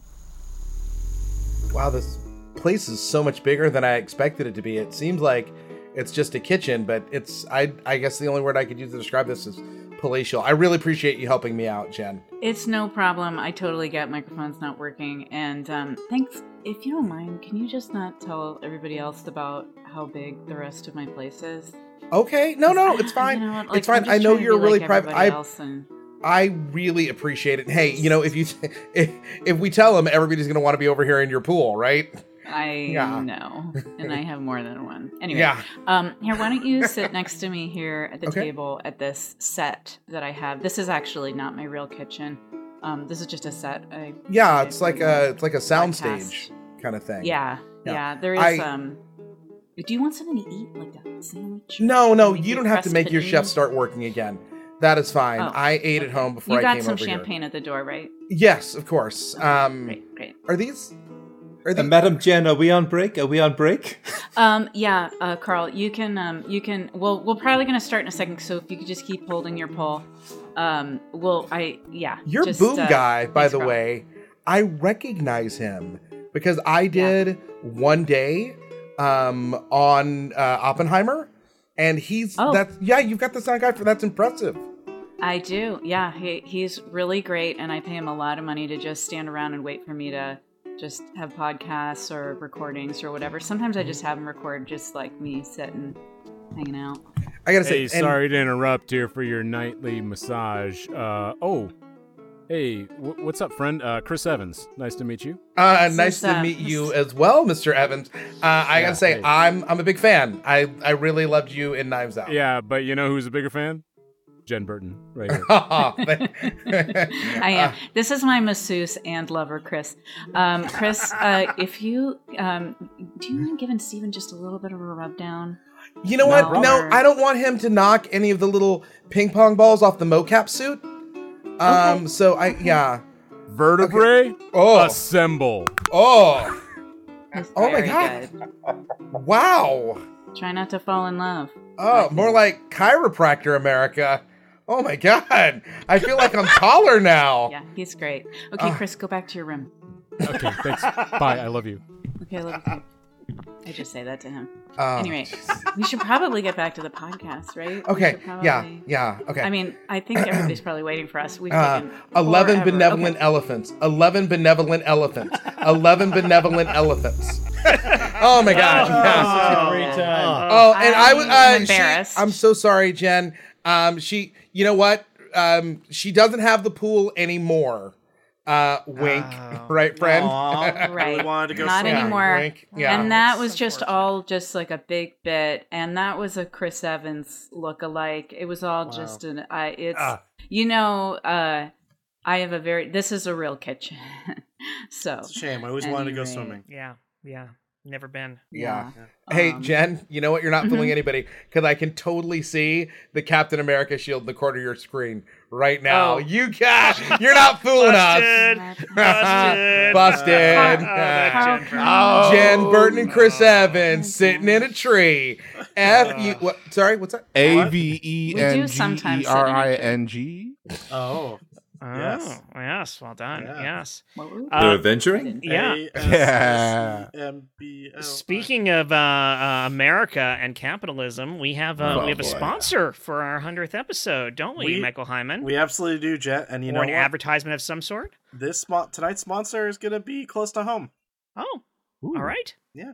S12: Wow, this place is so much bigger than I expected it to be. It seems like it's just a kitchen, but it's I I guess the only word I could use to describe this is palatial. I really appreciate you helping me out, Jen.
S3: it's no problem. I totally get microphones not working, and um, thanks. If you don't mind, can you just not tell everybody else about how big the rest of my place is?
S12: Okay. No, no, it's fine.
S3: You know what,
S12: it's
S3: like, I'm
S12: fine. I
S3: just
S12: know
S3: trying to
S12: you're
S3: be
S12: really
S3: like
S12: private.
S3: everybody
S12: I
S3: else and-
S12: I really appreciate it. Hey, you know, if you if, if we tell them everybody's going to want to be over here in your pool, right?
S3: I
S12: Yeah.
S3: know, and I have more than one. Anyway,
S12: Yeah.
S3: um, here, why don't you sit next to me here at the
S12: Okay.
S3: table at this set that I have? This is actually not my real kitchen. Um, this is just a set. I,
S12: Yeah, it's like a it's like a
S3: Podcast.
S12: soundstage kind of thing.
S3: yeah,
S12: Yeah.
S3: yeah, There is.
S12: I-
S3: um, do you want something to eat, like a sandwich?
S12: No, no,
S3: Maybe
S12: you don't have to make your chef
S3: crespin?
S12: start working again. That is fine.
S3: Oh,
S12: I ate at home before
S3: You
S12: I
S3: got
S12: came
S3: some
S12: over here.
S3: champagne at the door, right?
S12: Yes, of course. Um,
S3: great.
S12: Are these? Are
S11: Uh,
S12: these?
S11: Madam Jen, are we on break? Are we on break?
S3: Um, yeah, uh, Carl, you can, um, you can. Well, we're probably gonna start in a second. So if you could just keep holding your poll, um, well, I, yeah,
S12: Your
S3: just,
S12: boom
S3: uh,
S12: guy, by
S3: thanks,
S12: the
S3: Carl.
S12: way, I recognize him because I did one day um, on uh, Oppenheimer, and he's
S3: Oh.
S12: that's yeah. You've got the sound guy for that's impressive.
S3: I do. Yeah, he, he's really great, and I pay him a lot of money to just stand around and wait for me to just have podcasts or recordings or whatever. Sometimes I just have him record just like me sitting, hanging out.
S12: I gotta
S2: hey,
S12: say, and-
S2: sorry to interrupt here for your nightly massage. Uh, oh, hey, wh- what's up, friend? Uh, Chris Evans, nice to meet you.
S12: Uh,
S2: This
S12: nice
S2: is,
S12: to
S2: uh,
S12: meet you as well, Mr. Evans. Uh, I
S2: Yeah,
S12: gotta say,
S2: hey.
S12: I'm I'm a big fan. I I really loved you in Knives Out.
S2: Yeah, but you know who's a bigger fan? Jen Burton, right here.
S3: I am.
S12: Ah.
S3: this is my masseuse and lover, Chris. Um, Chris, uh, if you um, do, you mind giving Steven just a little bit of a rub down?
S12: You know what? No, I don't want him to knock any of the little ping pong balls off the mocap suit. Um, so I yeah.
S2: Vertebrae
S12: oh.
S2: assemble.
S12: Oh. Oh my
S3: Very
S12: god. Wow.
S3: Try not to fall in love.
S12: Oh, more like chiropractor America. Oh my god. I feel like I'm taller now.
S3: Yeah, he's great. Okay,
S12: Ah.
S3: Chris, go back to your room.
S2: Okay, thanks. Bye. I love you.
S3: Okay, I love you. too. I just say that to him.
S12: Oh,
S3: anyway, we should probably get back to the podcast, right? We
S12: Okay.
S3: should
S12: Yeah.
S3: probably-
S12: Yeah. Okay.
S3: I mean, I think everybody's probably waiting for us. We've
S12: Uh,
S3: taken
S12: 11
S3: forever.
S12: benevolent elephants. 11 benevolent elephants. 11 benevolent elephants. Oh my god.
S5: Oh,
S12: yes.
S5: such a great time.
S8: Uh-huh.
S12: Oh, and I was
S5: I'm
S12: uh, she-
S5: embarrassed.
S12: I'm so sorry, Jen. Um, she, you know what? Um, she doesn't have the pool anymore. Uh, wink, right, friend?
S8: Aw, Really Oh. wanted to go
S3: Not
S8: somewhere.
S3: anymore.
S12: wink, yeah.
S3: And that was just all just like a big bit, and that was a Chris Evans look-alike. It was all just an. I. It's
S13: Ah.
S3: you know. uh I have a very. This is a real kitchen. so
S8: It's a shame. I always wanted to go
S3: anyway.
S8: swimming.
S1: Yeah, yeah. Never been.
S12: Yeah. Hey, Jen, you know what? You're not fooling
S1: Mhm.
S12: anybody because I can totally see the Captain America shield in the corner of your screen right now.
S5: Oh.
S12: You got, you're not fooling us.
S5: Busted. Busted.
S12: Busted.
S5: Oh, that Jen
S12: Uh,
S5: Burton.
S12: Jen Burton and Chris Evans sitting in a tree. F you. What? Sorry, what's that?
S6: A V E N G E
S1: sometimes sit in
S6: R
S1: a
S6: I N G.
S8: Oh.
S1: Oh,
S8: Yes.
S1: yes. Well done. Yes. Uh,
S4: They're adventuring?
S1: Yeah.
S6: Yeah.
S8: E
S1: Speaking of uh, uh, America and capitalism, we have uh,
S8: Oh,
S1: we have a
S8: boy.
S1: sponsor for our hundredth episode, don't we,
S8: We-
S1: Michael Hyman?
S8: We absolutely do, Jet. And you
S1: or
S8: know
S1: an
S8: what?
S1: advertisement of some sort.
S8: this spot tonight's sponsor is gonna be close to home.
S1: Oh, all right.
S8: Yeah.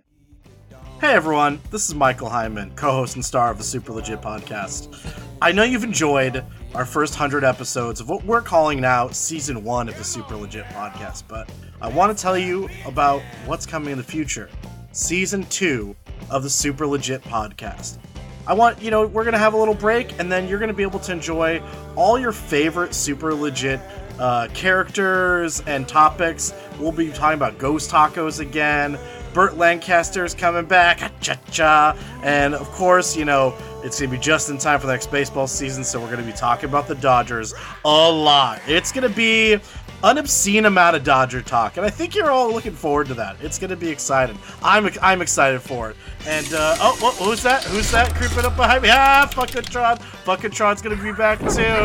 S8: Hey everyone, this is Michael Hyman, co-host and star of the Super Legit Podcast. I know you've enjoyed our first hundred episodes of what we're calling now season one of the Super Legit Podcast, but I want to tell you about what's coming in the future. Season two of the Super Legit Podcast. I want, you know, we're going to have a little break and then you're going to be able to enjoy all your favorite super legit uh, characters and topics. We'll be talking about ghost tacos again. Burt Lancaster is coming back. Cha cha. And of course, you know, It's going to be just in time for the next baseball season, so we're going to be talking about the Dodgers a lot. It's going to be an obscene amount of Dodger talk, and I think you're all looking forward to that. It's going to be exciting. I'm I'm excited for it. And uh, oh, what, who's that? Who's that creeping up behind me? Ah, Funkatron. Funkatron's going to be back too.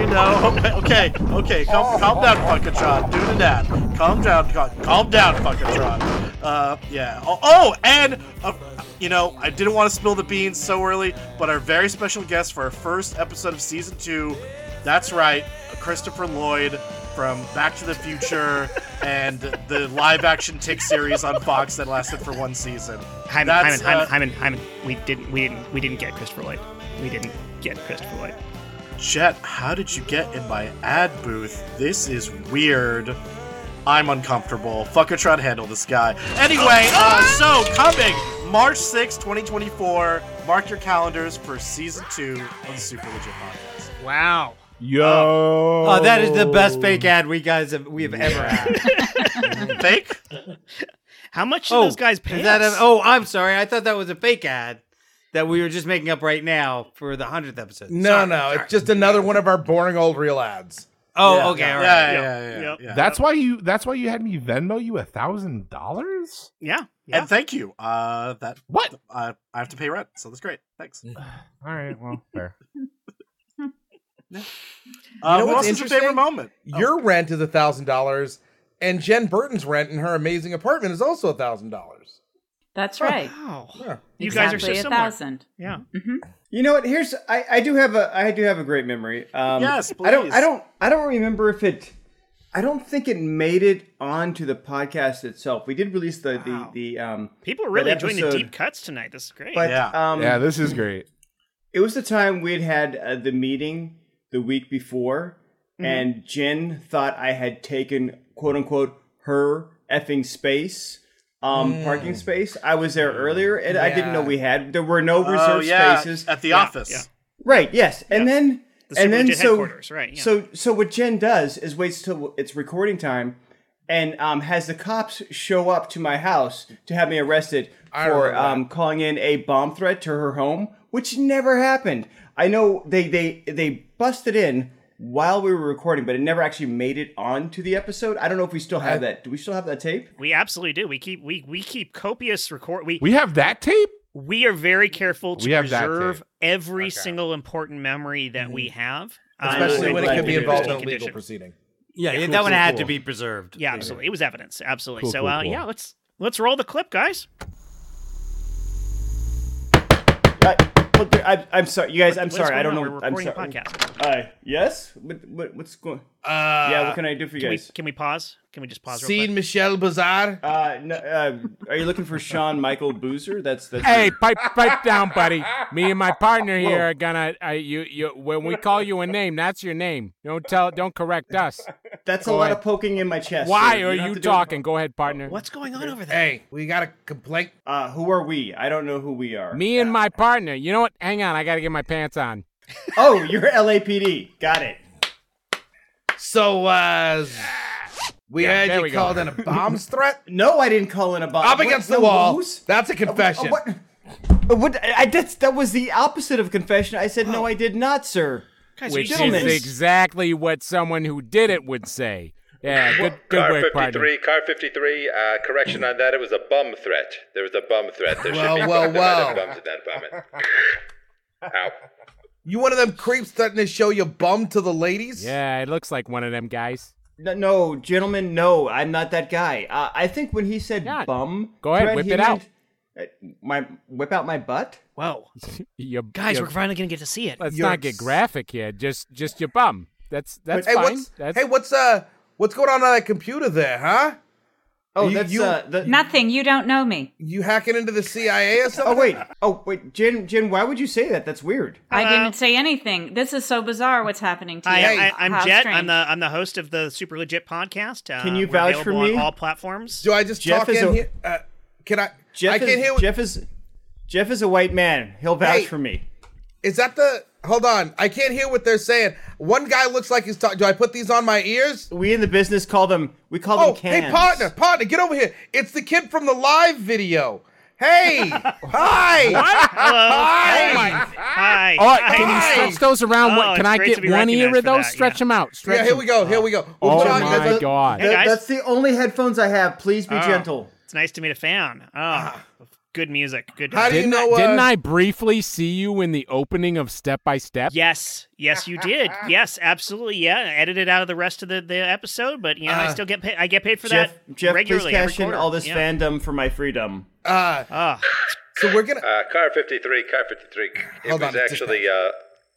S8: You know. Okay, okay, calm, calm down, Funkatron. Do the dad. Calm down, calm, calm down, Funkatron. Uh, yeah. Oh, oh and uh, you know, I didn't want to spill the beans so early, but our very special guest for our first episode of season two, that's right, Christopher Lloyd from Back to the Future and the live-action Tick series on Fox that lasted for one season.
S1: Hyman,
S8: That's,
S1: Hyman,
S8: uh,
S1: Hyman, Hyman, Hyman. We didn't, we didn't, we didn't get Christopher Lloyd. We didn't get Christopher Lloyd.
S8: Jet, uh, how did you get in my ad booth? This is weird. I'm uncomfortable. Fucker try to handle this guy. Anyway, uh, so coming March sixth, 2024. Mark your calendars for season two of the Super Legit Podcast.
S9: Wow.
S6: Yo.
S9: Oh, that is the best fake ad we guys have we have ever had.
S8: fake?
S1: How much
S9: did
S1: those guys pay
S9: Is that
S1: us?
S9: a- oh, I'm sorry. I thought that was a fake ad that we were just making up right now for the hundredth episode.
S12: No,
S9: Sorry,
S12: no,
S9: sorry.
S12: it's just another one of our boring old real ads.
S9: Oh, Yeah. okay, all right. Yeah,
S8: yeah, yeah.
S6: That's why you. That's why you had me Venmo you a thousand dollars.
S1: Yeah.
S8: And thank you. Uh, that
S6: what?
S8: Uh, I have to pay rent, so that's great. Thanks.
S6: All right. Well, fair.
S8: Uh, who else is your favorite moment? Oh.
S12: Your rent is a thousand dollars, and Jen Burton's rent in her amazing apartment is also a thousand dollars.
S8: Oh,
S3: That's right.
S1: Wow.
S3: You guys are so Exactly a similar. thousand.
S12: Mm-hmm.
S1: Yeah.
S13: You know what? Here's I, I do have a I do have a great memory. Um,
S8: Yes,
S13: I don't I
S8: please.
S13: don't I don't remember if it. I don't think it made it onto the podcast itself. We did release the the, the um
S1: People are really
S13: that
S1: enjoying the
S13: episode,
S1: deep cuts tonight. This is great.
S13: But, um,
S6: yeah, this is great.
S13: It was the time we'd had uh, the meeting the week before,
S8: Mm-hmm.
S1: Mhm.
S13: and Jen thought I had taken quote unquote her effing space. Um,
S8: Mm.
S13: parking space. I was there earlier, and I didn't know
S8: Yeah.
S13: we had. There were no
S8: Oh,
S13: reserved
S8: yeah,
S13: spaces
S8: at the Yeah, office. yeah.
S13: Right. Yes, and then
S1: The
S13: and then
S1: Superintendent
S13: so
S1: headquarters, right, yeah.
S13: so so what Jen does is waits till it's recording time, and um, has the cops show up to my house to have me arrested for
S12: remember that.
S13: um, calling in a bomb threat to her home, which never happened. I know they they they busted in while we were recording, but it never actually made it onto the episode. I don't know if we still have that. Do we still have that tape?
S1: We absolutely do. We keep we we keep copious record. We
S6: We have that tape.
S1: we are very careful to
S6: We have that
S1: preserve
S6: tape.
S1: every single important memory that we have, Um,
S12: Mm-hmm. Especially when it
S1: and
S12: could be
S1: under
S12: involved in a
S1: pristine
S12: legal
S1: condition.
S12: proceeding.
S9: Yeah, yeah, that one had to be preserved.
S1: Yeah, absolutely. It was evidence. Absolutely.
S9: Cool,
S1: so,
S9: cool,
S1: uh,
S9: cool.
S1: yeah, let's let's roll the clip, guys.
S13: Look, there- I, I'm sorry, you guys. I'm
S1: What is
S13: sorry.
S1: going
S13: I don't
S1: on?
S13: know.
S1: We're
S13: I'm
S1: recording a
S13: sorry.
S1: podcast.
S13: Uh, yes. What, what, what's going? Uh, yeah. What can I do for you
S1: can we-
S13: guys?
S1: can we pause? Can we just pause? Real
S13: Seen
S1: quick?
S12: Michelle Bazaar?
S13: Uh, no, uh, are you looking for Sean Michael Boozer? That's that's.
S2: Hey, pipe pipe down, buddy. Me and my partner here
S13: Whoa.
S2: are gonna. Uh, you you when we call you a name, that's your name. Don't tell. Don't correct us.
S13: That's
S12: a lot
S2: ahead.
S12: of
S13: poking in my chest.
S2: Why
S13: sir. You
S2: are
S13: don't have
S2: you
S13: to do it.
S2: talking? Go ahead, partner.
S1: What's going on over there?
S12: Hey, we got a complaint.
S13: Uh, who are we? I don't know who we are.
S2: Me and my partner. You know what? Hang on, I gotta get my pants on.
S13: Oh, you're LAPD. Got it.
S12: So uh, we
S13: Yeah, there
S12: heard
S13: we
S12: you
S13: go.
S12: called in a bombs threat.
S13: No, I didn't call in a bomb.
S12: Up
S13: What-
S12: against the
S13: no,
S12: wall.
S13: who's-
S12: That's a
S13: Uh,
S12: confession.
S13: uh, what? uh, What? I, that's, that was the opposite of confession. I said, no, I did not, sir.
S2: Which
S13: Gentlemen.
S2: is exactly what someone who did it would say. Yeah, good good
S14: car
S2: work,
S14: 53,
S2: partner.
S14: car 53, uh, correction on that, it was a bum threat. There was a bum threat. There
S12: Well,
S14: should be well,
S12: well, well.
S14: bums in that apartment. Ow.
S12: You one of them creeps threatening to show your bum to the ladies?
S2: Yeah, it looks like one of them guys.
S13: No, no, gentlemen, no, I'm not that guy. Uh, I think when he said bum,
S2: Go ahead,
S13: threat,
S2: whip
S13: he
S2: it out.
S13: meant, uh, my whip out my butt.
S1: Whoa,
S2: Your,
S1: Guys,
S2: your-
S1: we're finally gonna get to see it.
S2: Let's not get graphic here. Just just your bum. That's that's
S12: hey,
S2: fine.
S12: what's
S2: that's,
S12: hey, what's uh, what's going on on that computer there, huh?
S13: Oh,
S12: you,
S13: that's,
S12: you,
S13: uh, the-
S3: Nothing. You don't know me.
S12: you hacking into the CIA or something?
S13: Oh wait, oh wait, Jen, Jen, why would you say that? That's weird.
S3: I didn't say anything. This is so bizarre. What's happening to
S1: Uh, I,
S3: you?
S1: I, I'm
S3: How
S1: Jet.
S3: strange.
S1: I'm the I'm the host of the Super Legit podcast. Uh,
S13: Can you
S1: we're
S13: vouch for
S1: available on
S13: me?
S1: all platforms?
S12: Do I just
S13: Jeff
S12: talk
S13: is
S12: in
S13: a-
S12: here? Uh, can I?
S13: Jeff
S12: I
S13: is,
S12: can't hear. What,
S13: Jeff is Jeff is a white man. He'll vouch
S12: Hey.
S13: for me.
S12: is that the? Hold on, I can't hear what they're saying. One guy looks like he's talking. Do I put these on my ears?
S13: We in the business call them. We call
S12: oh,
S13: them cans.
S12: hey partner, partner, get over here. It's the kid from the live video. Hey! Hi!
S1: What? Hello.
S12: Hi!
S1: Hi.
S2: Oh,
S1: Hi.
S2: can you stretch those around?
S1: Oh,
S2: What, can
S1: it's
S2: I
S1: great to
S2: get
S1: be
S2: one ear of
S1: recognized for
S2: those?
S1: that,
S2: Stretch
S1: yeah.
S2: them out. Stretch
S12: yeah, here we go. Here we go. Well,
S2: Oh
S12: John,
S2: my
S12: that's-
S2: god!
S1: Hey,
S13: That-
S1: guys.
S13: that's the only headphones I have. Please be
S1: Oh,
S13: gentle.
S1: It's nice to meet a fan. Oh, good music. Good.
S2: didn't I,
S12: uh,
S2: didn't I briefly see you in the opening of Step by Step?
S1: Yes, yes, you did. yes, absolutely. Yeah, I edited out of the rest of the, the episode, but you know, I
S13: Uh,
S1: still get paid. I get paid for
S13: Jeff,
S1: that
S13: Jeff,
S1: regularly.
S13: please
S1: every
S13: cash in
S1: quarter.
S13: all this
S1: yeah. Ah.
S13: fandom for my freedom.
S12: Uh, so we're gonna
S14: Uh, car 53, car 53. It
S13: Hold
S14: was
S13: on, just-
S14: actually, uh,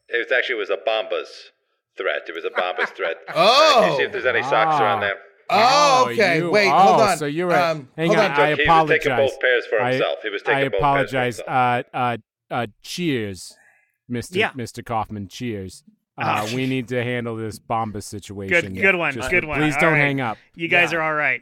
S14: it was actually it was a Bombas threat. It was a Bombas threat.
S12: Oh!
S14: Uh, can you see if there's any socks
S2: Ah.
S14: around there.
S12: Oh,
S2: Oh,
S12: okay.
S2: you-
S12: Wait,
S2: oh,
S12: hold on. Um,
S2: So you were. hang
S12: hold on.
S2: on, I
S14: He was
S2: apologize.
S14: taking both pairs for
S2: I-
S14: himself. He was
S2: I
S14: taking both pairs for
S2: apologize. uh, uh, uh, cheers, Mister
S1: Yeah.
S2: Mister Kaufman. Cheers.
S1: Ah.
S2: Uh, we need to handle this Bomba situation.
S1: Good, good one.
S2: Just-
S1: good one.
S2: Please
S1: All
S2: don't
S1: right.
S2: hang up.
S1: You guys
S13: Yeah.
S1: are all right,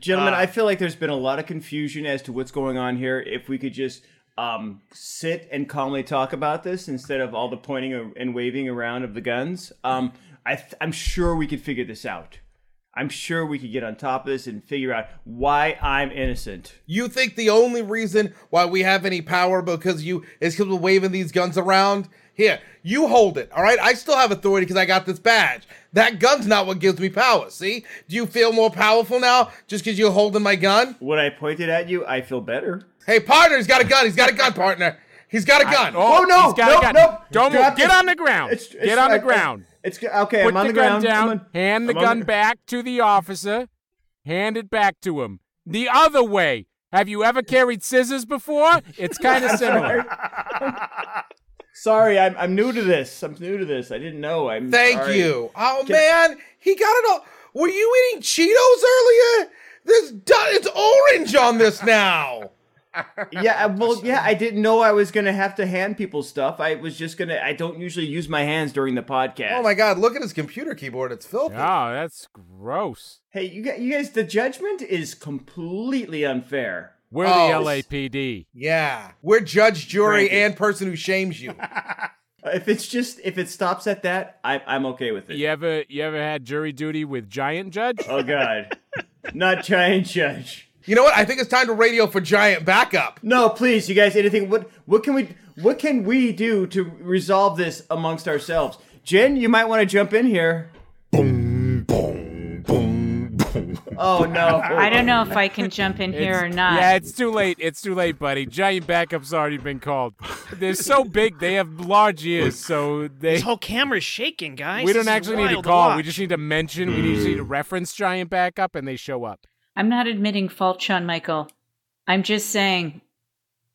S13: Gentlemen,
S1: Uh,
S13: I feel like there's been a lot of confusion as to what's going on here. If we could just um, sit and calmly talk about this instead of all the pointing a- and waving around of the guns, um, I th- I'm sure we could figure this out. I'm sure we could get on top of this and figure out why I'm innocent.
S12: You think the only reason why we have any power because you is because we're waving these guns around? Here, you hold it, all right? I still have authority because I got this badge. That gun's not what gives me power, see? Do you feel more powerful now just because you're holding my gun?
S13: When I pointed at you, I feel better.
S12: Hey, partner, he's got a gun. He's got a gun, partner. He's got a gun.
S2: oh, he's got a gun. Don't move.
S12: Drop
S2: Get
S12: this.
S2: on the ground. Get on the ground.
S13: It's, okay.
S2: Put
S13: I'm on
S2: the
S13: the
S2: gun
S13: ground.
S2: down.
S13: I'm on-
S2: hand the
S13: I'm on
S2: gun
S13: the-
S2: back to the officer. Hand it back to him. The other way. Have you ever carried scissors before? It's kind of
S13: I'm
S2: similar.
S13: sorry. Sorry, I'm, I'm new to this. I'm new to this. I didn't know. I'm
S12: Thank
S13: sorry.
S12: you. Oh
S13: Can-
S12: man, he got it all. Were you eating Cheetos earlier? This du- it's orange on this now.
S13: yeah, I- well, yeah, I didn't know I was gonna have to hand people stuff. I was just gonna. I don't usually use my hands during the podcast.
S12: Oh my god, look at his computer keyboard. It's filthy.
S2: Oh, that's gross.
S13: Hey, you guys, you guys, the judgment is completely unfair.
S2: We're
S12: Oh.
S2: the LAPD.
S12: Yeah, we're judge, jury,
S13: Cranky.
S12: and person who shames you.
S13: If it's just if it stops at that, I, I'm okay with it.
S2: You ever you ever had jury duty with giant judge?
S13: Oh god, not giant judge.
S12: You know what? I think it's time to radio for giant backup.
S13: No, please, you guys. Anything? What what can we what can we do to resolve this amongst ourselves? Jen, you might want to jump in here. Oh no!
S3: I don't know if I can jump in here
S2: Oh. It's-
S3: or not.
S2: Yeah, it's too late. It's too late, buddy. Giant backup's already been called. They're so big, they have large ears, so they.
S1: This whole camera's shaking, guys.
S2: We don't
S1: This is
S2: actually need to
S1: wild
S2: call. We
S1: watch.
S2: just need to mention. We just need
S3: Mm.
S2: to reference giant backup, and they show up.
S3: I'm not admitting fault, Sean Michael. I'm just saying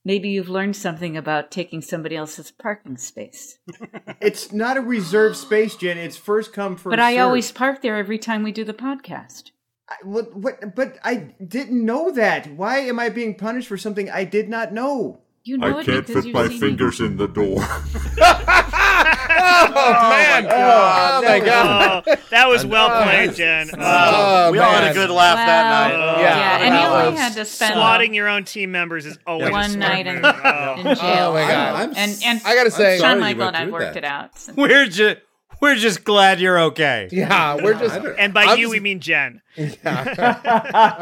S3: maybe you've learned something about taking somebody else's parking space.
S13: It's not a reserved space, Jen. It's first come first.
S3: but I
S13: served.
S3: always park there every time we do the podcast.
S13: I- What, what? But I didn't know that. Why am I being punished for something I did not know?
S3: You
S10: I can't fit my fingers in the door.
S12: Oh, man!
S13: God.
S12: Oh my god!
S1: Oh, that was well
S12: Oh,
S1: played,
S12: nice.
S1: Jen.
S12: Oh,
S8: We all had a
S12: man.
S8: good laugh that
S3: Wow.
S8: night.
S1: Oh.
S12: Yeah, Yeah, and you
S3: only was- had to spend-
S1: swatting your own team members is always a
S3: One
S1: smart
S3: night in-
S1: move. Oh.
S3: in jail.
S12: Oh my god!
S3: I'm- And- and
S12: I gotta
S3: I'm
S12: say,
S3: Shawn sorry you Michael went and I through worked that. it out.
S9: We're just we're just glad you're okay.
S12: Yeah, we're just.
S1: and by
S12: I'm
S1: you
S12: just-
S1: we mean Jen.
S12: Uh,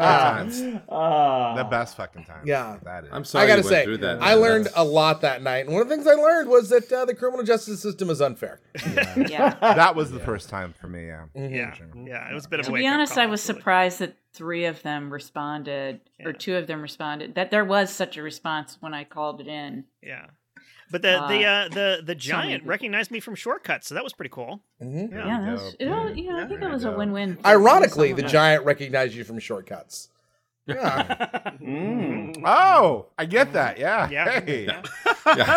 S15: the best fucking time.
S12: Yeah.
S15: that is.
S4: I'm sorry
S12: I gotta
S4: you went
S12: say,
S4: through that.
S12: I
S4: man.
S12: learned
S4: That's-
S12: a lot that night, and one of the things I learned was that uh, the criminal justice system is unfair.
S15: that was the first time for me. Yeah.
S12: Mm-hmm.
S1: Yeah, yeah, it was a bit of a
S3: To
S1: wake
S3: be honest,
S1: call.
S3: I was surprised that three of them responded, or two of them responded, that there was such a response when I called it in.
S1: Yeah. But the the uh, the the
S3: so many
S1: giant
S3: people.
S1: recognized me from Shortcuts, so that was pretty cool.
S3: Yeah, that was, it all, you know, I think it was a win-win. for
S12: Mm-hmm. Ironically,
S3: some
S12: the
S3: of us.
S12: giant recognized you from shortcuts.
S15: Oh, I get that. Yeah.
S1: Yeah.
S15: Hey.
S4: yeah,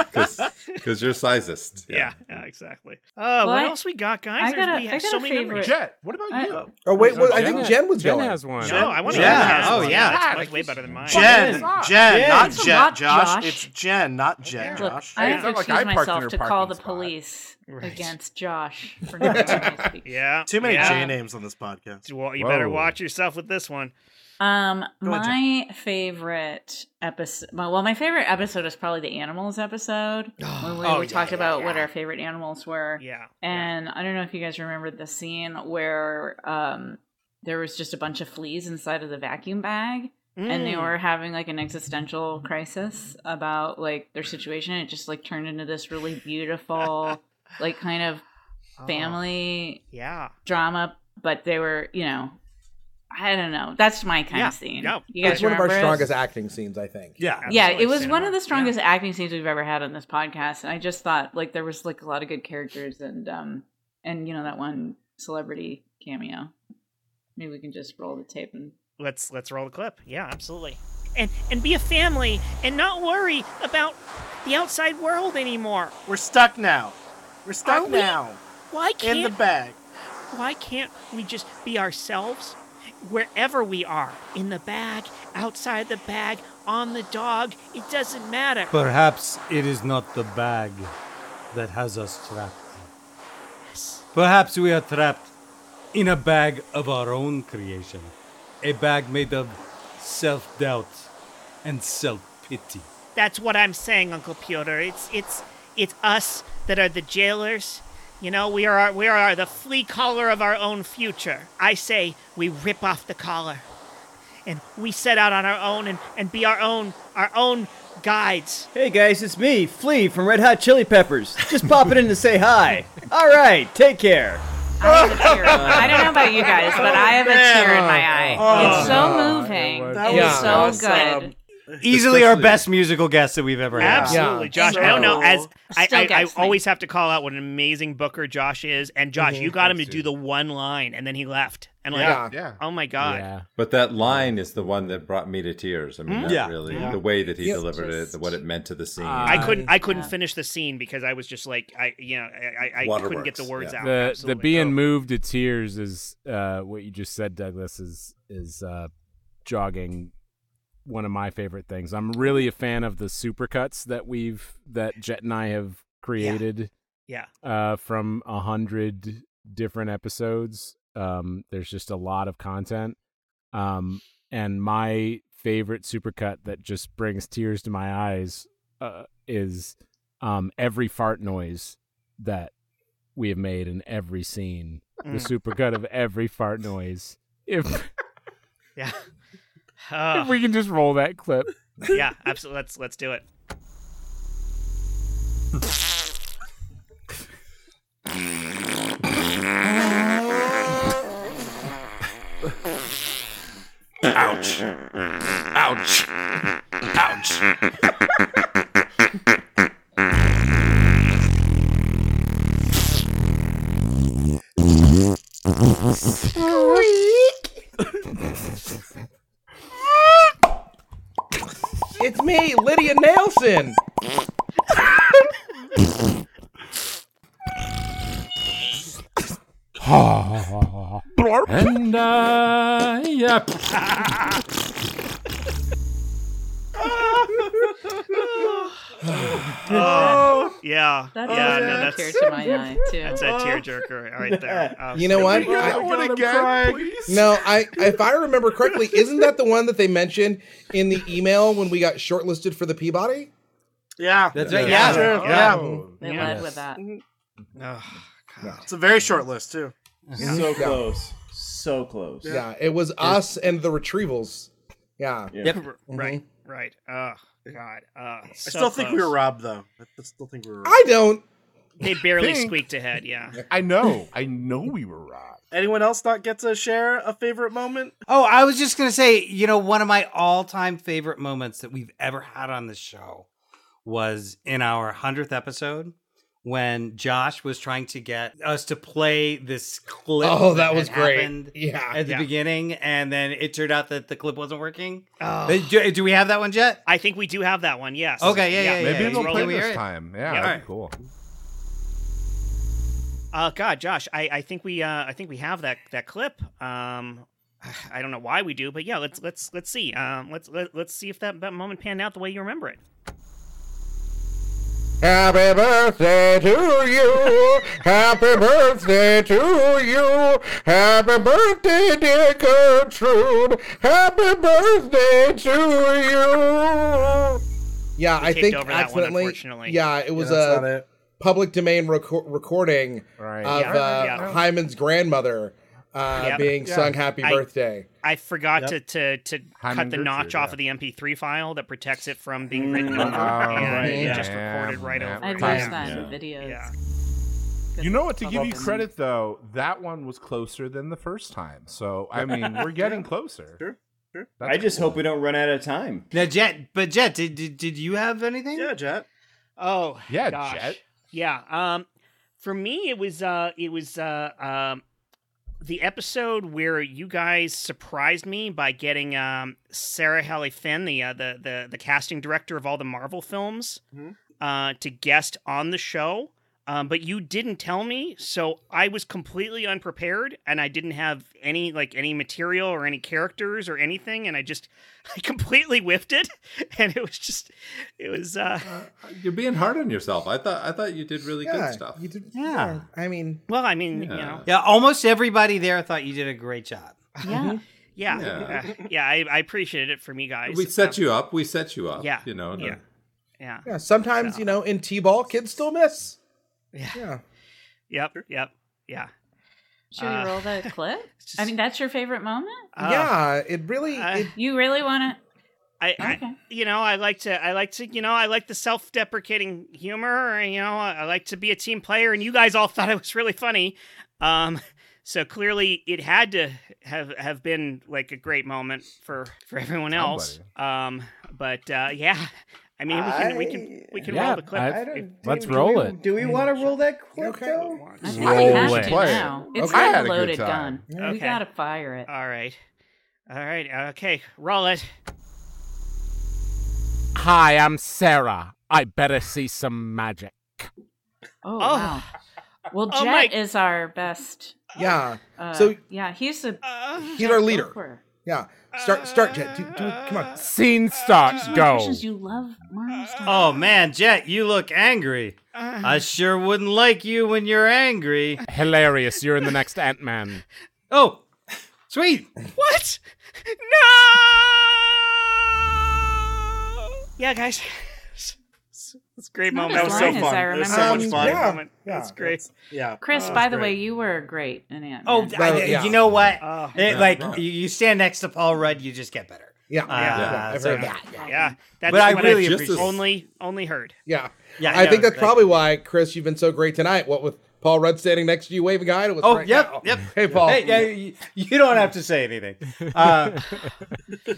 S4: because you're sizest.
S1: Yeah, yeah, exactly. Uh, what
S3: Well, I-
S1: else we got, guys?
S3: I
S1: There's-
S3: got a-
S1: we
S3: I
S1: have
S3: got
S1: so
S3: a
S1: many memories.
S3: favorite. Jet, what about I- you?
S12: Oh wait, what, I think
S2: Jen-
S12: Jen was
S2: Jen
S12: going.
S2: has one.
S1: No, I want to.
S8: Jen.
S1: Has
S8: Oh,
S1: one.
S8: yeah.
S1: That's much way better than mine.
S8: Jen, Jen, not
S3: That's a
S8: Jet,
S3: lot,
S8: Josh.
S3: Josh.
S8: It's Jen, not Jet,
S3: Look,
S8: Josh.
S3: I
S8: Hey,
S3: have to
S8: it's not
S3: excuse
S8: like I parked in
S3: myself
S8: her
S3: to call
S8: parking
S3: the
S8: spot.
S3: police
S1: Right.
S3: against Josh for not recognizing me.
S1: Yeah.
S8: Too many
S1: yeah.
S8: J names on this podcast.
S1: Well, you better
S8: Whoa.
S1: watch yourself with this one.
S3: Um,
S1: Go on,
S3: my favorite episode. Well, my favorite episode is probably the animals episode when we,
S1: Oh,
S3: we
S1: yeah,
S3: talked
S1: yeah,
S3: about what
S1: yeah.
S3: our favorite animals were.
S1: Yeah,
S3: and I don't know if you guys remember the scene where um there was just a bunch of fleas inside of the vacuum bag, and they
S16: Mm.
S3: were having like an existential crisis about like their situation. It just like turned into this really beautiful, like kind of family
S1: Oh. yeah
S3: drama. But they were, you know, I don't know. That's my kind
S12: Yeah,
S3: of scene.
S12: yeah.
S3: You guys
S12: It's one of our
S3: remember it?
S12: strongest acting scenes, I think.
S8: Yeah.
S3: Yeah, it was one of the strongest acting scenes we've ever had on this podcast, and I just thought like there was like a lot of good characters, and um, and you know that one celebrity cameo. Maybe we can just roll the tape and
S1: Let's let's roll the clip. Yeah, absolutely. And and be a family and not worry about the outside world anymore.
S8: We're stuck now. We're
S1: Are
S8: stuck
S1: we?
S8: now.
S1: Why can't
S8: In the bag.
S1: Why can't we just be ourselves wherever we are? In the bag, outside the bag, on the dog, it doesn't matter.
S16: Perhaps it is not the bag that has us trapped. Perhaps we are trapped in a bag of our own creation, a bag made of self doubt and self pity.
S1: That's what I'm saying, Uncle Piotr. It's it's it's us that are the jailers. You know, we are we are the flea collar of our own future. I say we rip off the collar, and we set out on our own and, and be our own our own guides.
S13: Hey guys, it's me, Flea from Red Hot Chili Peppers. Just popping in to say hi. All right, take care.
S3: I don't know about you guys, but I have a tear in
S12: Uh,
S3: my eye.
S10: Oh.
S3: it's so moving.
S13: That
S3: it's
S13: was
S3: so
S13: awesome.
S3: good.
S9: Easily our best musical guest that we've ever had.
S1: Absolutely, Josh. I don't know. As I,
S3: Still
S1: I, I
S3: gets me.
S1: always have to call out what an amazing booker Josh is, and Josh,
S4: Mhm.
S1: you got him to do the one line, and then he left, and like,
S4: Yeah. Yeah.
S1: oh my god,
S4: But that line is the one that brought me to tears. I mean,
S1: Mm.
S4: that
S1: Yeah.
S4: really
S1: Yeah.
S4: the way that he
S1: Yeah.
S4: delivered it, the- what it meant to the scene.
S1: I couldn't. I couldn't finish the scene because I was just like, I, you know, I, I, I couldn't get the words
S4: Waterworks,
S1: out.
S2: The
S1: Absolutely.
S2: the being moved to tears is uh, what you just said, Douglas. Is is uh, jogging one of my favorite things. I'm really a fan of the supercuts that we've that Jet and I have created.
S1: Yeah.
S2: Uh, from a hundred different episodes. Um, there's just a lot of content. Um, and my favorite supercut that just brings tears to my eyes uh, is um, every fart noise that we have made in every scene. The
S1: Mm.
S2: supercut of every fart noise. If
S1: Yeah. Uh,
S2: if we can just roll that clip.
S1: yeah, absolutely. Let's let's do it.
S10: Ouch. Ouch. Ouch.
S12: It's me, Lydia Nelson.
S2: and I, yep.
S1: Uh, yeah.
S3: That
S1: yeah,
S3: is
S1: no,
S3: a
S1: that's,
S3: tear to my eye, too.
S1: That's a tearjerker right there. Oh,
S12: You know what?
S1: sorry.
S12: I- No, I if I remember correctly, isn't that the one that they mentioned in the email when we got shortlisted for the Peabody?
S8: Yeah.
S12: That's right, yeah.
S8: True.
S12: Yeah.
S8: Yeah.
S3: They led with that.
S12: Mm-hmm.
S8: Mm-hmm. Oh, It's a very short list too.
S13: So close. So close.
S12: Yeah, it was us and the Retrievals. Yeah.
S13: Yep.
S9: Mm-hmm.
S1: Right. Right. Oh God. Uh, I
S8: I still think we were robbed though. I still think we were robbed.
S12: I don't.
S1: They barely
S8: Think.
S1: squeaked ahead. Yeah.
S8: I know.
S15: I know we were robbed.
S8: Anyone else not get to share a favorite moment?
S9: Oh, I was just gonna say, you know, one of my all-time favorite moments that we've ever had on this show was in our hundredth episode when Josh was trying to get us to play this clip.
S12: Oh, that was
S9: had
S12: great.
S9: happened
S12: Yeah.
S9: at the
S12: Yeah.
S9: beginning, and then it turned out that the clip wasn't working.
S1: Oh.
S9: Hey, Do, do we have that one yet?
S1: I think we do have that one. Yes.
S9: Okay, yeah, yeah, yeah.
S15: Maybe
S9: yeah.
S15: it'll
S9: Can
S15: play
S9: we
S15: this
S9: hear it?
S15: time. Yeah,
S1: Yeah.
S15: that'd be cool.
S1: Uh, God, Josh, I, I think we uh, I think we have that that clip. Um, I don't know why we do, but yeah, let's let's let's see. Um, let's let, let's see if that, that moment panned out the way you remember it.
S7: Happy birthday to you. Happy birthday to you. Happy birthday, dear Gertrude. Happy birthday to you.
S12: Yeah,
S7: We
S12: I
S7: taped
S12: think
S7: over that one,
S12: accidentally.
S7: unfortunately.
S12: Yeah, it was
S7: Yeah, that's not
S12: a public domain reco- recording of
S7: Yeah.
S12: uh,
S7: Yeah.
S12: Hyman's grandmother. uh,
S1: Yep.
S12: being sung "Happy
S1: I-
S12: Birthday."
S1: I forgot
S12: Yep.
S1: to to, to
S12: Hyman
S1: cut the
S12: Gertrude,
S1: notch off
S12: yeah.
S1: of the MP3 file that protects it from being written
S6: Oh,
S1: over, and
S6: right,
S1: it
S6: yeah.
S1: just
S6: yeah,
S1: recorded right
S6: yeah.
S1: over.
S3: I
S1: it.
S3: watched that in videos.
S6: You know what? To give you
S3: Welcome.
S6: credit, though, that one was closer than the first time. So I mean, we're getting closer. Sure, sure.
S13: I just hope we don't run out of time.
S9: Now, Jet, but Jet, did, did, did you have anything? Yeah,
S8: Jet.
S1: Oh,
S9: Yeah,
S1: gosh.
S9: Jet.
S1: Yeah. Um, for me, it was uh, it was uh, um, the episode where you guys surprised me by getting um Sarah Haley Finn, the uh, the the the casting director of all the Marvel films,
S4: Mm-hmm.
S1: uh, to guest on the show. Um, but you didn't tell me, so I was completely unprepared, and I didn't have any like any material or any characters or anything, and I just I completely whiffed it, and it was just it was uh,
S4: You're being hard on yourself. I thought I thought you did really
S1: Yeah,
S4: good stuff.
S12: You did,
S9: yeah.
S12: I mean,
S1: well, I mean, you
S4: Yeah.
S1: know,
S9: Yeah, almost everybody there thought you did a great job.
S1: yeah, yeah,
S4: Yeah.
S1: yeah. I, I appreciate it from you guys.
S4: we set
S1: Um,
S4: you up. We set you up.
S1: yeah,
S4: You know.
S1: yeah. Yeah.
S12: Yeah, sometimes you know, in t-ball, kids still miss.
S1: Yeah.
S12: yeah.
S1: Yep. Yep. Yeah.
S3: Should
S1: Uh,
S3: we roll the clip? I mean, that's your favorite moment.
S12: Uh, yeah, it really. it,
S3: you really want
S1: Uh, I, I you know I like to I like to you know I like the self-deprecating humor you know I, I like to be a team player and you guys all thought it was really funny um so clearly it had to have have been like a great moment for for everyone else um but uh yeah I mean we can we can we can roll the clip
S2: I-
S1: if-
S2: let's roll it.
S13: Do we want to roll that clip though?
S2: Roll it.
S3: It's
S1: Okay.
S3: like a I had a good loaded time. gun. We
S1: Okay.
S3: gotta fire it.
S1: All right. All right. Okay. Roll it.
S2: Hi, I'm Sarah. I better see some magic.
S3: Oh,
S1: Oh.
S3: wow. Well,
S1: Oh
S3: Jet
S1: my-
S3: is our best.
S12: Yeah.
S3: Uh,
S12: So-
S3: yeah, he's a
S12: He's our
S3: Go
S12: leader.
S3: for it.
S12: Yeah. Start, start, Jet. Do, do it.
S9: Uh,
S12: Come on.
S2: Scene
S12: Uh,
S2: start.
S3: Just one of the
S9: Go.
S3: questions you love Marvel stuff.
S9: Oh man, Jet, you look angry. I sure wouldn't like you when you're angry.
S2: Hilarious. You're in the next Ant Man.
S9: Oh, sweet.
S1: What? No. Yeah, guys. It's a great
S3: Not
S1: moment. That
S3: as
S1: was so
S3: long
S1: fun. It
S3: as I
S1: was so
S3: remember.
S1: much
S3: Um,
S1: fun.
S3: yeah,
S1: moment.
S3: yeah,
S1: That's great.
S8: Yeah.
S3: Chris,
S1: Oh,
S3: by
S1: it's
S3: the
S1: great.
S3: way, you were great in Ant.
S9: Oh,
S3: Man.
S9: I- you know what?
S1: Oh.
S9: It-
S1: Yeah.
S9: like
S1: Yeah.
S9: you, you stand next to Paul Rudd, you just get better.
S12: Yeah,
S9: Uh,
S1: yeah,
S9: so,
S1: yeah,
S9: yeah,
S1: yeah. That's
S9: But I
S1: what
S9: really
S1: I just
S9: appreciate-
S1: only only heard.
S12: Yeah.
S9: Yeah, I
S12: I,
S9: know,
S12: think that's
S9: right.
S12: probably why, Chris, you've been so great tonight. What with Paul Rudd standing next to you waving hi to us.
S9: Oh,
S12: right
S9: yep,
S12: now.
S9: yep.
S12: Hey, Paul.
S9: Hey, yeah, you, you don't have to say anything. Uh,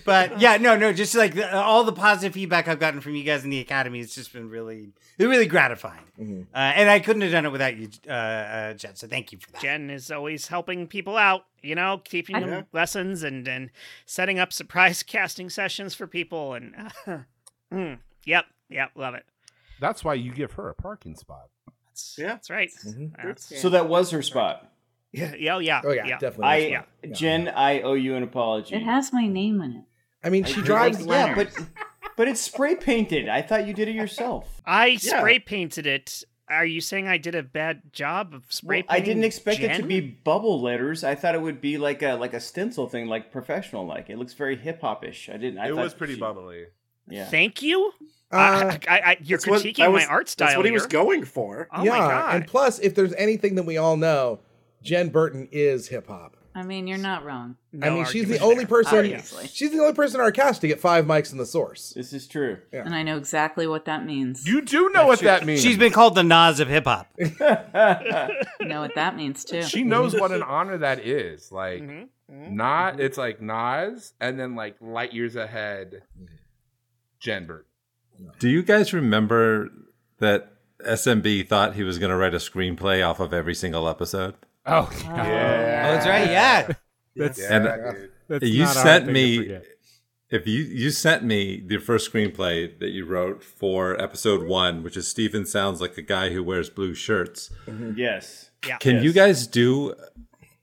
S9: but yeah, no, no, just like the, all the positive feedback I've gotten from you guys in the academy has just been really, really gratifying. Uh, and I couldn't have done it without you, uh, uh, Jen. So thank you for that.
S1: Jen is always helping people out, you know, teaching
S9: I-
S1: them
S9: Yeah.
S1: lessons and and setting up surprise casting sessions for people. And uh, mm, yep, yep, love it.
S6: That's why you give her a parking spot.
S1: That's, yeah, that's right. Uh, That's-
S13: So that was her spot.
S1: yeah, yeah, oh, yeah,
S13: I,
S1: yeah.
S13: Jen, I owe you an apology.
S3: It has my name in it.
S12: I mean,
S13: I
S12: she
S13: did-
S12: drives.
S13: Yeah, but but it's spray painted. I thought you did it yourself.
S1: I spray painted it. Are you saying I did a bad job of spray
S13: Well,
S1: painting?
S13: I didn't expect it to
S1: Jen?
S13: be bubble letters. I thought it would be like a like a stencil thing, like professional. Like it looks very hip hop ish. I didn't. I
S1: It
S13: thought
S1: was pretty
S13: she-
S1: bubbly.
S13: Yeah.
S1: Thank you.
S12: Uh,
S1: I, I, I, you're
S12: that's what-
S1: critiquing
S12: that
S1: my
S12: was-
S1: art
S12: that's
S1: style.
S12: what he was
S1: here.
S12: going
S8: for.
S1: Oh
S12: yeah,
S1: my god!
S12: and plus, if there's anything that we all know, Jen Burton is hip hop.
S3: I mean, you're not wrong.
S12: I mean, she's the only person.
S3: Obviously.
S12: She's the only person in our cast to get five mics in the source.
S13: This is true.
S3: And I know exactly what that means.
S6: You do know what that means.
S9: She's been called the Nas of hip hop.
S3: know what that means too.
S6: She knows what an honor that is. Like
S15: Mm-hmm.
S6: not it's like Nas and then like light years ahead Jen Burton.
S4: Do you guys remember that SMB thought he was going to write a screenplay off of every single episode?
S2: Oh,
S6: yeah.
S9: Oh, that's right. Yeah.
S2: That's,
S4: and
S2: that's
S4: you
S2: not a hard
S4: sent
S2: thing to
S4: me
S2: forget.
S4: if you you sent me the first screenplay that you wrote for episode one, which is Steven sounds like a guy who wears blue shirts.
S13: Mm-hmm.
S12: Mm-hmm.
S13: Yes.
S1: Yeah.
S4: Can you guys do?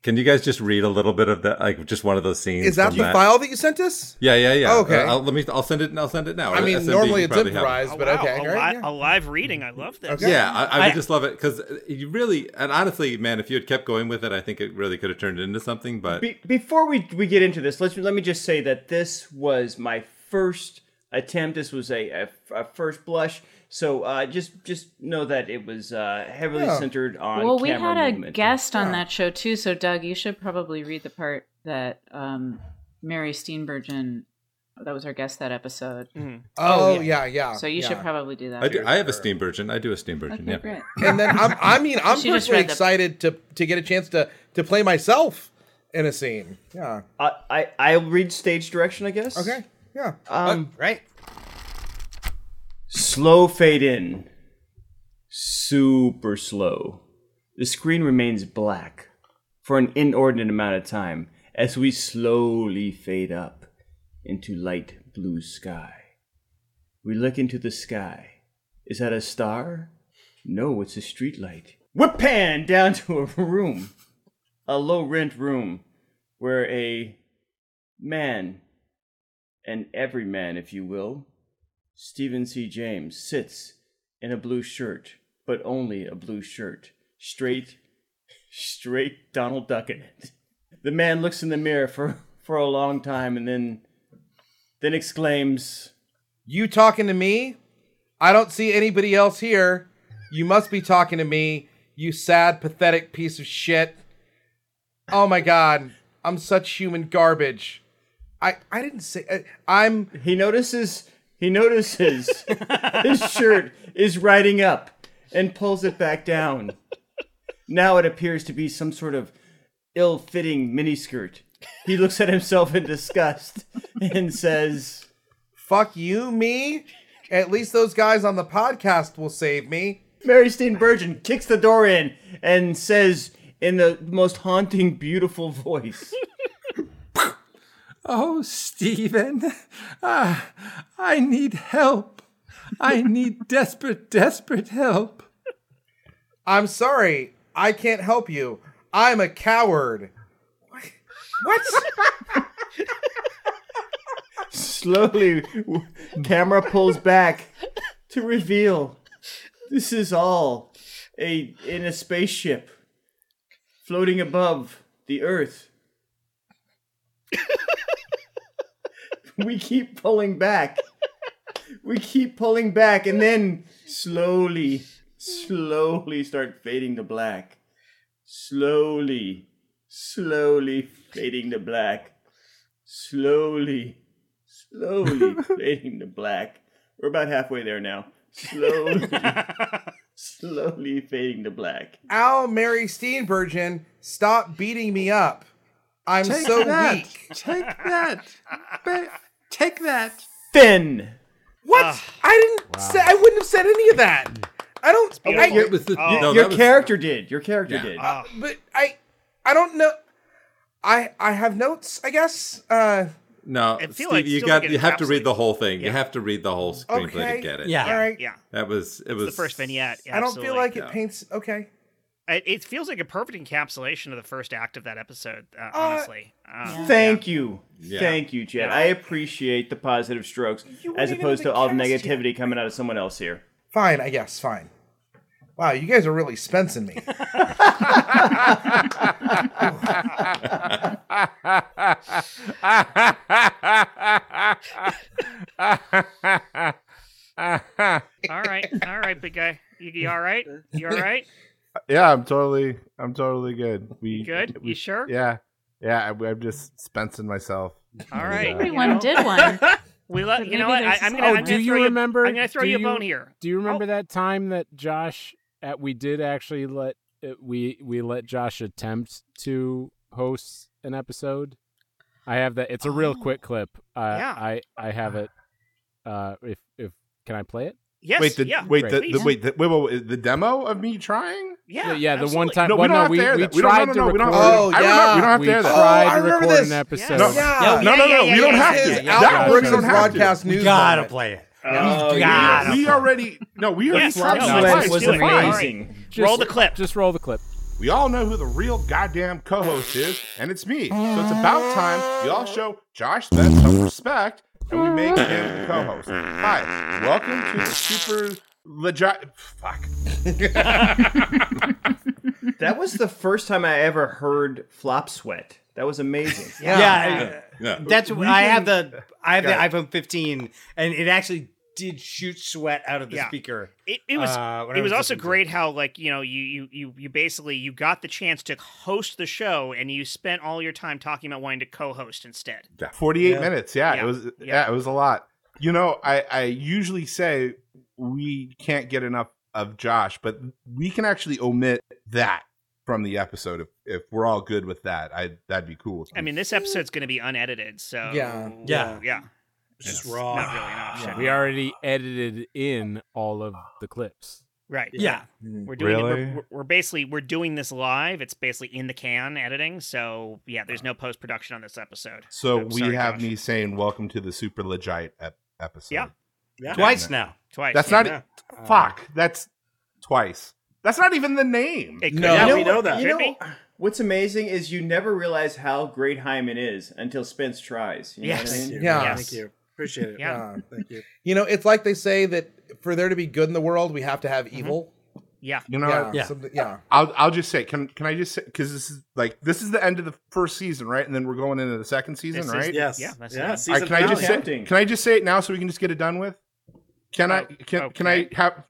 S4: Can you guys just read a little bit of that, like just one of those scenes?
S12: Is that
S4: from
S12: the file that you sent us?
S4: Yeah, yeah, yeah.
S12: Okay.
S4: Uh, I'll, let me. I'll send it. I'll send it now.
S12: I mean,
S4: SMB
S12: normally it's
S4: probably have it.
S12: improvised, but
S1: Wow,
S12: okay.
S1: a,
S12: all
S1: li-
S12: right,
S1: a live reading. I love this.
S4: Yeah, I, I would just love it because you really and honestly, man, if you had kept going with it, I think it really could have turned into something. But
S13: Be- before we, we get into this, let's let me just say that this was my first attempt. This was a, a, a first blush. So uh, just just know that it was uh, heavily
S3: Yeah.
S13: centered on.
S3: well, we
S13: camera
S3: had a
S13: movement.
S3: guest on
S13: Yeah.
S3: that show too, so Doug, you should probably read the part that um, Mary Steenburgen, that was our guest that episode.
S1: Mm-hmm.
S12: Oh, yeah, yeah,
S3: So you should
S12: yeah.
S3: probably do that.
S4: I, do, I have a steam virgin. I do a steam virgin.
S3: Okay,
S4: yeah.
S3: great.
S12: and then I'm, I mean, I'm
S3: She just
S12: personally
S3: read the-
S12: excited to to get a chance to to play myself in a scene. Yeah.
S13: I, I I'll read stage direction, I guess.
S12: Okay. Yeah.
S13: Um,
S12: right.
S13: Slow fade in. Super slow. The screen remains black for an inordinate amount of time as we slowly fade up into light blue sky. We look into the sky. Is that a star? No, it's a streetlight. Whip pan down to a room. A low rent room where a man, an everyman, if you will, Stephen C. James sits in a blue shirt, but only a blue shirt. Straight, straight Donald Duck in it. The man looks in the mirror for, for a long time and then then exclaims,
S12: You talking to me? I don't see anybody else here. You must be talking to me, you sad, pathetic piece of shit. Oh my god, I'm such human garbage. I I didn't say I, I'm.
S13: He notices. He notices his shirt is riding up and pulls it back down. Now it appears to be some sort of ill fitting miniskirt. He looks at himself in disgust and says,
S12: Fuck you, me? At least those guys on the podcast will save me.
S13: Mary Steenburgen kicks the door in and says in the most haunting, beautiful voice,
S17: Oh, Stephen, ah, I need help. I need desperate, desperate help.
S12: I'm sorry, I can't help you. I'm a coward. What?
S13: slowly, w- camera pulls back to reveal this is all a in a spaceship floating above the earth. we keep pulling back. We keep pulling back and then slowly, slowly start fading to black. Slowly, slowly fading to black. Slowly, slowly fading to black. We're about halfway there now. Slowly, slowly fading to black.
S12: Al Mary Steenburgen, stop beating me up. I'm
S17: Take
S12: so
S17: that.
S12: weak.
S17: Take that. Ba- Take that.
S13: Finn.
S12: What? I didn't say I wouldn't have said any of that. I don't
S9: Oh,
S12: I,
S13: Your- your- your character did. Your character did.
S9: Ah.
S12: Uh, but I I don't know I I have notes, I guess. Uh
S4: No,
S12: I feel
S4: Steve,
S12: like
S4: you
S12: still
S4: got
S12: like
S4: you have to read the
S12: encapsulated.
S4: whole thing. You have to read the whole screenplay
S12: Okay.
S4: to get it.
S12: Yeah. Alright.
S1: Yeah.
S4: That was it
S1: It's
S4: was
S1: the first vignette.
S12: I don't feel
S1: absolutely.
S12: like it paints okay.
S1: It, it feels like a perfect encapsulation of the first act of that episode. Uh,
S12: Uh,
S1: honestly, um,
S13: Thank you.
S4: Yeah.
S13: Thank you, Jed. I appreciate the positive strokes as opposed to all the negativity coming out of someone else here.
S12: Fine, I guess, fine. Wow, you guys are really spencing me.
S1: all right, all right, big guy. You, you all right? You all right?
S15: Uh, Yeah, I'm totally, I'm totally good. We
S1: good?
S15: We,
S1: You sure?
S15: Yeah, yeah. I, I'm just spencing myself.
S1: All right.
S3: Everyone
S1: you know?
S3: did one.
S1: We let
S3: But
S1: you know what
S3: maybe
S1: I,
S3: there's
S1: I'm
S3: just-
S1: gonna.
S3: Oh,
S1: I'm
S3: do
S1: gonna
S2: do you
S1: throw
S2: remember?
S1: I'm gonna throw
S2: do
S1: you a bone here. Oh.
S2: Do you remember that time that Josh at we did actually let uh, we we let Josh attempt to host an episode? I have that. It's a real quick clip. Uh,
S1: Oh. Yeah.
S2: I I have it. Uh, if if can I play it?
S1: Yes,
S15: wait, the,
S1: yeah,
S15: wait, the,
S1: please.
S15: the, wait, the, wait, wait, wait, the demo of me trying?
S1: Yeah,
S2: yeah. The one time.
S15: No, we
S2: well,
S15: don't have
S2: we,
S15: to air
S2: we
S15: that. We don't-
S2: tried
S15: no,
S2: to
S15: no, no, we
S2: record.
S15: don't- oh, I remember- we don't have to
S2: we
S15: air that.
S2: tried
S15: Oh, I
S2: to
S15: remember
S2: record
S15: this.
S2: an
S15: Yeah.
S2: episode.
S15: No, Yeah. no, no, no, we don't have to. That one we don't have to. We gotta play
S9: it.
S15: Oh,
S9: we
S15: yeah.
S9: gotta.
S15: We already no, we already
S9: Yes,
S15: tried
S9: no,
S15: that
S9: let's
S15: twice.
S9: do it.
S15: It's fine.
S9: All right. Just- Roll the
S1: clip.
S2: Just roll the clip.
S15: We all know who the real goddamn co-host is, and it's me. So it's about time we all show Josh Best some respect, and we make him the co-host. Hi, welcome to the Super Legi- Fuck.
S13: That was the first time I ever heard flop sweat. That was amazing.
S9: Yeah,
S13: Yeah.
S9: that's
S13: We
S9: I
S13: can-
S9: have the I have the
S13: Got
S9: iPhone 15, and it actually did shoot sweat out of the
S1: Yeah.
S9: speaker.
S1: It, it was
S9: uh, when I
S1: it was also
S9: listening to
S1: great how like you know you you you you basically you got the chance to host the show and you spent all your time talking about wanting to co-host instead.
S6: Yeah, 48
S1: Yeah.
S6: minutes. Yeah,
S1: Yeah.
S6: it was
S1: Yeah.
S6: yeah. it was a lot. You know, I I usually say we can't get enough of Josh, but we can actually omit that from the episode if, if we're all good with that. I that'd be cool. with
S1: I
S6: me.
S1: mean, this episode's going to be unedited, so
S6: Yeah.
S1: yeah,
S6: Yeah.
S1: yeah.
S9: Just
S1: It's
S9: raw.
S1: Not really an option.
S2: Oh, We already edited in all of the clips.
S1: Right.
S2: Yeah.
S1: We're doing
S2: Really?
S1: it. We're, we're basically we're doing this live. It's basically in the can editing. So yeah, there's no post production on this episode.
S6: so
S1: I'm
S6: we
S1: sorry,
S6: have
S1: Josh.
S6: me saying welcome to the super legit ep- episode.
S1: Yeah. Yeah.
S9: Twice now.
S1: Twice.
S6: That's
S1: Yeah.
S6: not e-,
S1: Yeah.
S6: fuck. That's twice. That's not even the name.
S1: It
S13: No, you what- You know, what's amazing is you never realize how great Hyman is until Spence tries. You know what I
S12: Yes.
S13: mean?
S12: Thank you. Yeah. Yes.
S8: Thank you. Appreciate it.
S1: Yeah.
S8: Uh, thank you.
S12: You know, it's like they say that for there to be good in the world, we have to have evil.
S1: Mm-hmm. Yeah.
S6: You know,
S12: yeah,
S6: what?
S12: something- yeah.
S6: I'll I'll just say, can can I just say because this is like this is the end of the first season, right? And then we're going into the second season,
S8: This is-
S6: right?
S8: yes. Yeah, that's Yeah, it.
S6: All right,
S8: season
S6: can I just
S8: finale.
S6: say? Can I just say it now so we can just get it done with? Can
S1: Oh,
S6: I? Can can I have?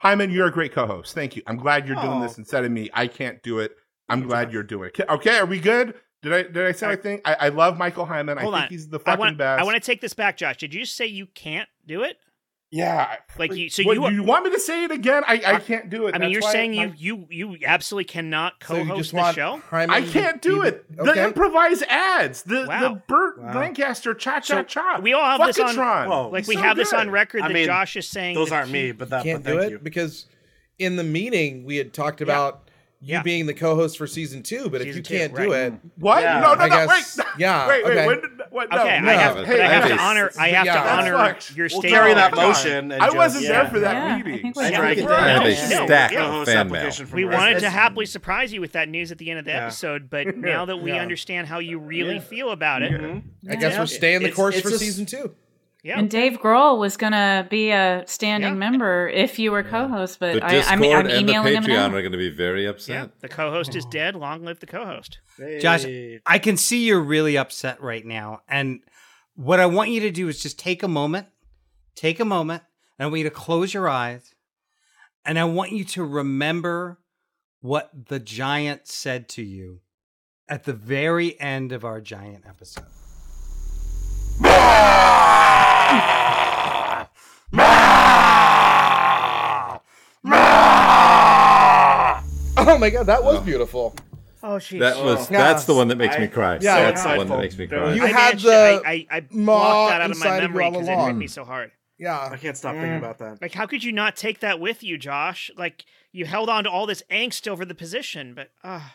S6: Hyman, you're a great co-host. Thank you. I'm glad you're doing
S15: Oh.
S6: this instead of me. I can't do it. I'm glad you're doing it. Ca- Okay, are we good? Did I did I say my thing? I, I love Michael Hyman. I
S1: Hold
S6: think
S1: on.
S6: he's the
S1: I
S6: fucking
S1: want,
S6: best.
S1: I want to take this back, Josh. Did you say you can't do it?
S6: yeah.
S1: Like you, so
S6: What,
S1: you,
S6: you want me to say it again? I, I can't do it.
S1: I mean,
S6: That's
S1: you're
S6: why
S1: saying
S6: my-
S1: you you you absolutely cannot
S6: So you
S1: co-host
S6: just
S1: the
S6: want
S1: show.
S6: Hyman I can't do it. The improvised ads. The the Burt
S1: Wow.
S6: Lancaster cha cha
S1: So
S6: cha.
S1: we all have this on
S6: Funkatron.
S1: like
S6: It's
S1: we
S6: so
S1: have this
S6: good.
S1: on record
S12: I
S1: that
S12: mean,
S1: Josh is saying that he-
S12: you can't do it because in the meeting we had talked about you being the co-host for season two, but if you
S1: Season two,
S12: can't do it,
S1: right. What?
S12: yeah,
S1: No, no,
S12: I
S1: no,
S12: guess-
S1: wait.
S12: yeah,
S1: Wait, wait,
S12: okay.
S1: when did that- what- no, Okay, I have- but I have to honor- I have to honor your We'll statement. carry that motion and
S6: I
S1: just-
S6: wasn't there
S1: yeah.
S6: for that
S1: Yeah, I
S6: meeting.
S1: think we I should drank it down. down. Yeah. Yeah.
S4: Stack
S1: Yeah.
S4: of fan mail.
S1: we wanted to happily surprise you with that news at the end of the
S4: Yeah.
S1: episode, but now that we
S12: Yeah.
S1: understand how you really
S12: Yeah.
S1: feel about it,
S12: I guess
S1: yeah.
S12: we're staying the
S1: It's-
S12: course
S1: it's
S12: for
S1: a-
S12: season two.
S1: Yeah.
S3: And Dave Grohl was gonna be a standing member if you were co-host, but
S4: The
S3: I,
S4: Discord
S3: I'm, I'm
S4: and the
S3: emailing him
S4: Patreon
S3: now.
S4: are going to be very upset.
S1: yeah, the co-host is dead. Long live the co-host.
S9: Josh, I can see you're really upset right now. And what I want you to do is just take a moment, take a moment, and I want you to close your eyes. And I want you to remember what the giant said to you at the very end of our giant episode.
S12: Oh my god, that was beautiful.
S1: Oh, sheesh.
S4: That was that's the one that makes me cry.
S12: Yeah,
S4: so
S12: yeah.
S4: that's the one that makes me cry.
S12: You
S1: I
S12: had
S1: managed to-
S12: the
S1: I, I, I
S12: maw
S1: blocked that out of my
S12: inside of you
S1: memory
S12: all
S1: because it hit
S12: along.
S1: me so hard.
S12: Yeah,
S8: I can't stop
S12: Mm.
S8: thinking about that.
S1: Like, how could you not take that with you, Josh? Like, you held on to all this angst over the position, but ah,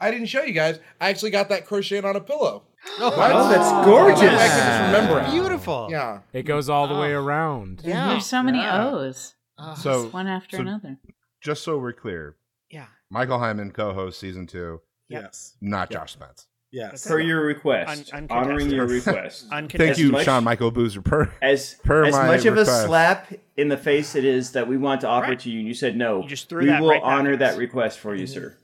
S12: I didn't show you guys. I actually got that crocheted on a pillow.
S1: Oh,
S2: Oh, that's
S12: I
S2: gorgeous.
S12: can just remember it.
S9: Beautiful.
S12: Yeah.
S2: It goes all the way around.
S3: Yeah. There's so many O's.
S12: Ah.
S6: So-
S3: Just Oh, one after
S6: so-
S3: another.
S6: Just so we're clear.
S1: Yeah.
S6: Michael Hyman, co-host season two.
S1: Yep.
S8: Yes.
S6: Not Josh Spence.
S8: Yes.
S13: Per your request.
S1: Un- uncontested.
S13: Honoring your request.
S6: Thank
S1: Uncontested.
S6: you,
S13: much-
S6: Sean Michael Boozer. Per
S13: As
S6: per
S13: as
S6: my
S13: much of a
S6: request.
S13: slap in the face it is that we want to offer
S1: Right.
S13: to you, and you said no.
S1: You just threw
S13: we
S1: that
S13: will
S1: right back
S13: honor
S1: at us. Mm-hmm.
S13: that request for you, sir.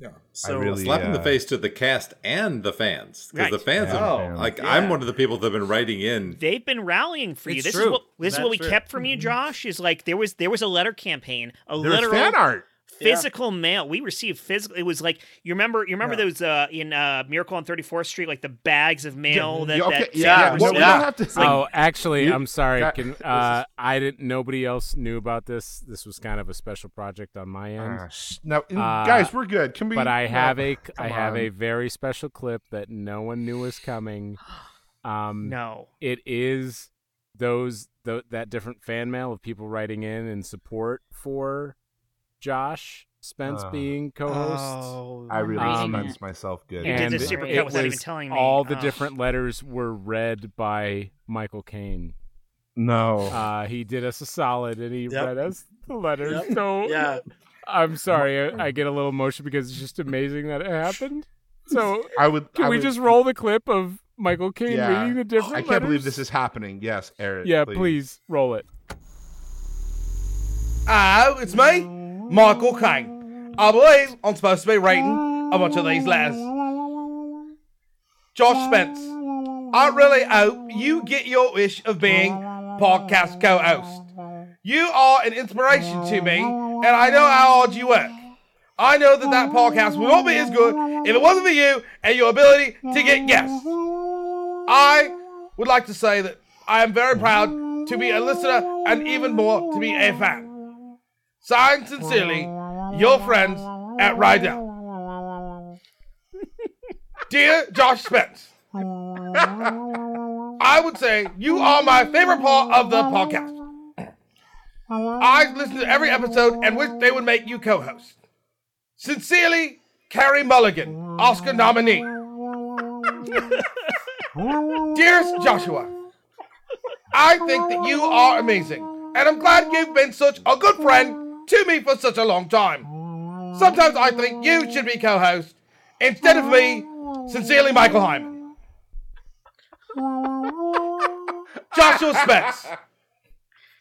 S12: Yeah.
S4: I
S13: So-
S4: really, slap in the
S13: uh,
S4: face to the cast and the fans because
S1: Right.
S4: the fans
S13: Yeah.
S4: are
S13: Oh,
S4: like
S13: yeah.
S4: I'm one of the people that have been writing in.
S1: they've been rallying for you.
S4: It's
S1: This is
S4: true.
S1: what this is what
S4: That's
S1: we
S4: true.
S1: kept from you, Josh. Is like there was there was a letter campaign, a
S6: There was
S1: literal
S6: fan art.
S1: physical mail. We received physical. It was like you remember you remember those uh, in uh, Miracle on 34th Street, like the bags of mail that,
S6: yeah, okay,
S1: that
S6: yeah,
S1: Santa
S6: yeah,
S1: received?
S6: we don't have to-
S1: It's like-
S2: oh, actually,
S6: You-
S2: I'm sorry.
S6: Yeah,
S2: Can,
S6: this
S2: uh, I didn't. Nobody else knew about this. This was kind of a special project on my end. Uh,
S6: Ah, sh- no, guys, we're good. Can we-
S2: But I
S6: no,
S2: have a
S6: come
S2: I have a
S6: on.
S2: very special clip that no one knew was coming. Um,
S1: no,
S2: it is those tho- that different fan mail of people writing in and support for Josh Spence
S6: Oh.
S2: being co-host.
S6: Oh, I really
S2: Um,
S6: Spence myself good.
S1: You did
S2: and
S1: the supercut
S2: it
S1: without even
S2: was-
S1: telling me.
S2: All the
S6: Ah.
S1: Oh.
S2: different letters were read by Michael Caine.
S6: No.
S2: Uh, he did us a solid and he
S6: Yep.
S2: read us the letters.
S6: Yep.
S2: So
S6: Yeah.
S2: I'm sorry, I, I get a little emotion because it's just amazing that it happened. So
S6: I would-
S2: Can
S6: I
S2: we
S6: would-
S2: just roll the clip of Michael Caine
S6: Yeah.
S2: reading the different?
S6: I can't believe this is happening. Yes, Eric.
S2: Yeah, please roll it.
S7: Uh,
S12: Ah, it's me, Michael Kane. I believe I'm supposed to be writing a bunch of these letters.
S7: Josh Spence. I really hope you get your wish of being podcast co-host. You are an inspiration to me, and I know how hard you work. I know that that podcast would not be as good if it wasn't for you and your ability to get guests. I would like to say that I am very proud to be a listener and even more to be a fan. Signed sincerely, your friends at Rydell. Dear Josh Spence, I would say you are my favorite part of the podcast. I listen to every episode and wish they would make you co host. Sincerely, Carrie Mulligan, Oscar nominee. Dearest Joshua, I think that you are amazing, and I'm glad you've been such a good friend to me for such a long time. Sometimes I think you should be co host instead of me. Sincerely, Michael Hyman. Joshua Spence.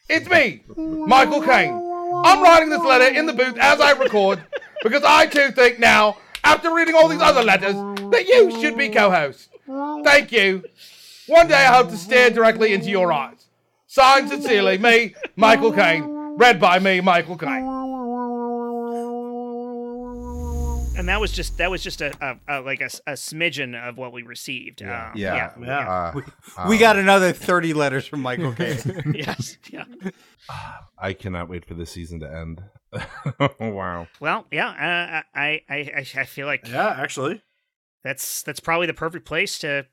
S7: It's me, Michael Kane. I'm writing this letter in the booth as I record because I too think now, after reading all these other letters, that you should be co host. Thank you. One day I hope to stare directly into your eyes. Signed sincerely, me, Michael Kane. Read by me, Michael Kane.
S1: And that was just that was just a, a, a like a, s- a smidgen of what we received. Um,
S9: yeah,
S1: yeah.
S9: We,
S1: Uh,
S9: we got another 30 letters from Michael K.
S1: yes. Yeah.
S6: I cannot wait for this season to end. wow.
S1: Well, yeah. Uh, I, I I I feel like
S8: yeah, actually,
S1: that's that's probably the perfect place to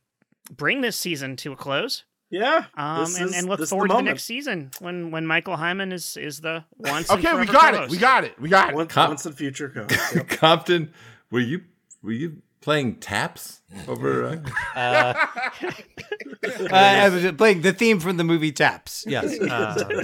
S1: bring this season to a close.
S8: Yeah.
S1: Um,
S8: this
S1: and,
S8: is-
S1: and look
S8: this is the
S1: forward to the
S8: moment.
S1: next season when when Michael Hyman is is the once. and
S8: Okay, we
S1: forever
S8: got it,
S1: co-host.
S8: we got it, we got it.
S4: Cop-
S8: Once and future co
S4: Compton, were you were you playing taps over? Uh...
S9: Uh, uh, I was playing the theme from the movie Taps. Yes. Uh,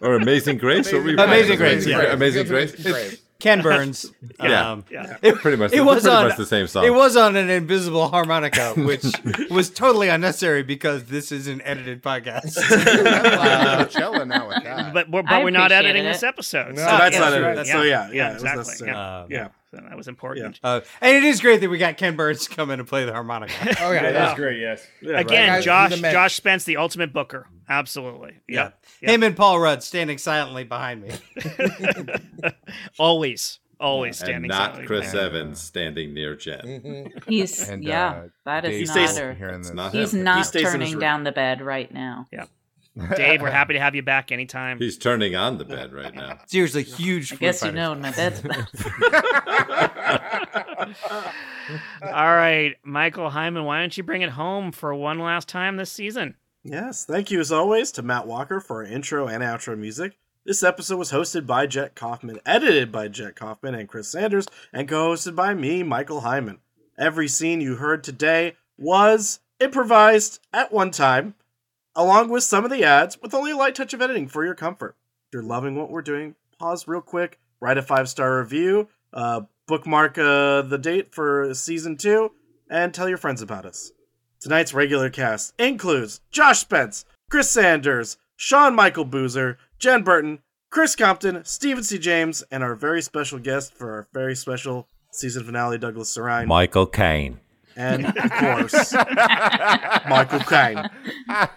S4: or Amazing Grace? What were you playing?
S9: Amazing Grace.
S4: Amazing
S9: yeah.
S4: Grace. Amazing Grace. It's-
S9: Ken Burns.
S4: Yeah.
S9: um,
S4: Yeah.
S9: It,
S4: Pretty much-
S9: It was
S4: pretty
S9: on,
S4: much the same song.
S9: It was on an invisible harmonica, which was totally unnecessary because this is an edited podcast.
S1: Coachella now with that. But we're,
S9: I
S1: but we're not
S9: appreciated
S1: editing
S9: it.
S1: this episode.
S9: No, that's not edited.
S1: right.
S9: So, yeah, yeah, it was
S1: exactly.
S9: necessary.
S1: Yeah.
S9: Um,
S1: yeah. So that was important.
S9: Uh, and it is great that we got Ken Burns to come in and play the harmonica.
S1: Oh, yeah, Yeah, that's yeah.
S18: great, yes.
S1: Again,
S9: right.
S1: Josh Josh Spence, the ultimate booker. Absolutely.
S9: Yeah.
S1: Yep.
S9: Him and Paul Rudd standing silently behind me.
S1: Always, always
S4: and
S1: standing.
S4: not
S1: silently
S4: Chris
S1: behind.
S4: Evans standing near Jet.
S3: He's
S4: Mm-hmm. And,
S3: yeah,
S4: uh,
S3: that is
S4: Dave
S3: not.
S4: stays
S3: her-
S4: here in It's this. not
S3: he's
S4: him. He
S3: not
S4: stays in his
S3: turning
S4: room.
S3: down the bed right now.
S1: Yeah. Dave, we're happy to have you back anytime.
S4: He's turning on the bed right now.
S9: Seriously, huge.
S3: I guess you know my bed's
S1: All right, Michael Hyman, why don't you bring it home for one last time this season?
S8: Yes, thank you as always to Matt Walker for our intro and outro music. This episode was hosted by Jet Kaufman, edited by Jet Kaufman and Chris Sanders, and co hosted by me, Michael Hyman. Every scene you heard today was improvised at one time, along with some of the ads, with only a light touch of editing for your comfort. If you're loving what we're doing, pause real quick, write a five star review, uh, bookmark uh, the date for season two, and tell your friends about us. Tonight's regular cast includes Josh Spence, Chris Sanders, Sean Michael Boozer, Jen Burton, Chris Compton, Stephen C. James, and our very special guest for our very special season finale, Douglas Serine.
S15: Michael Caine.
S8: And of course, Michael Caine.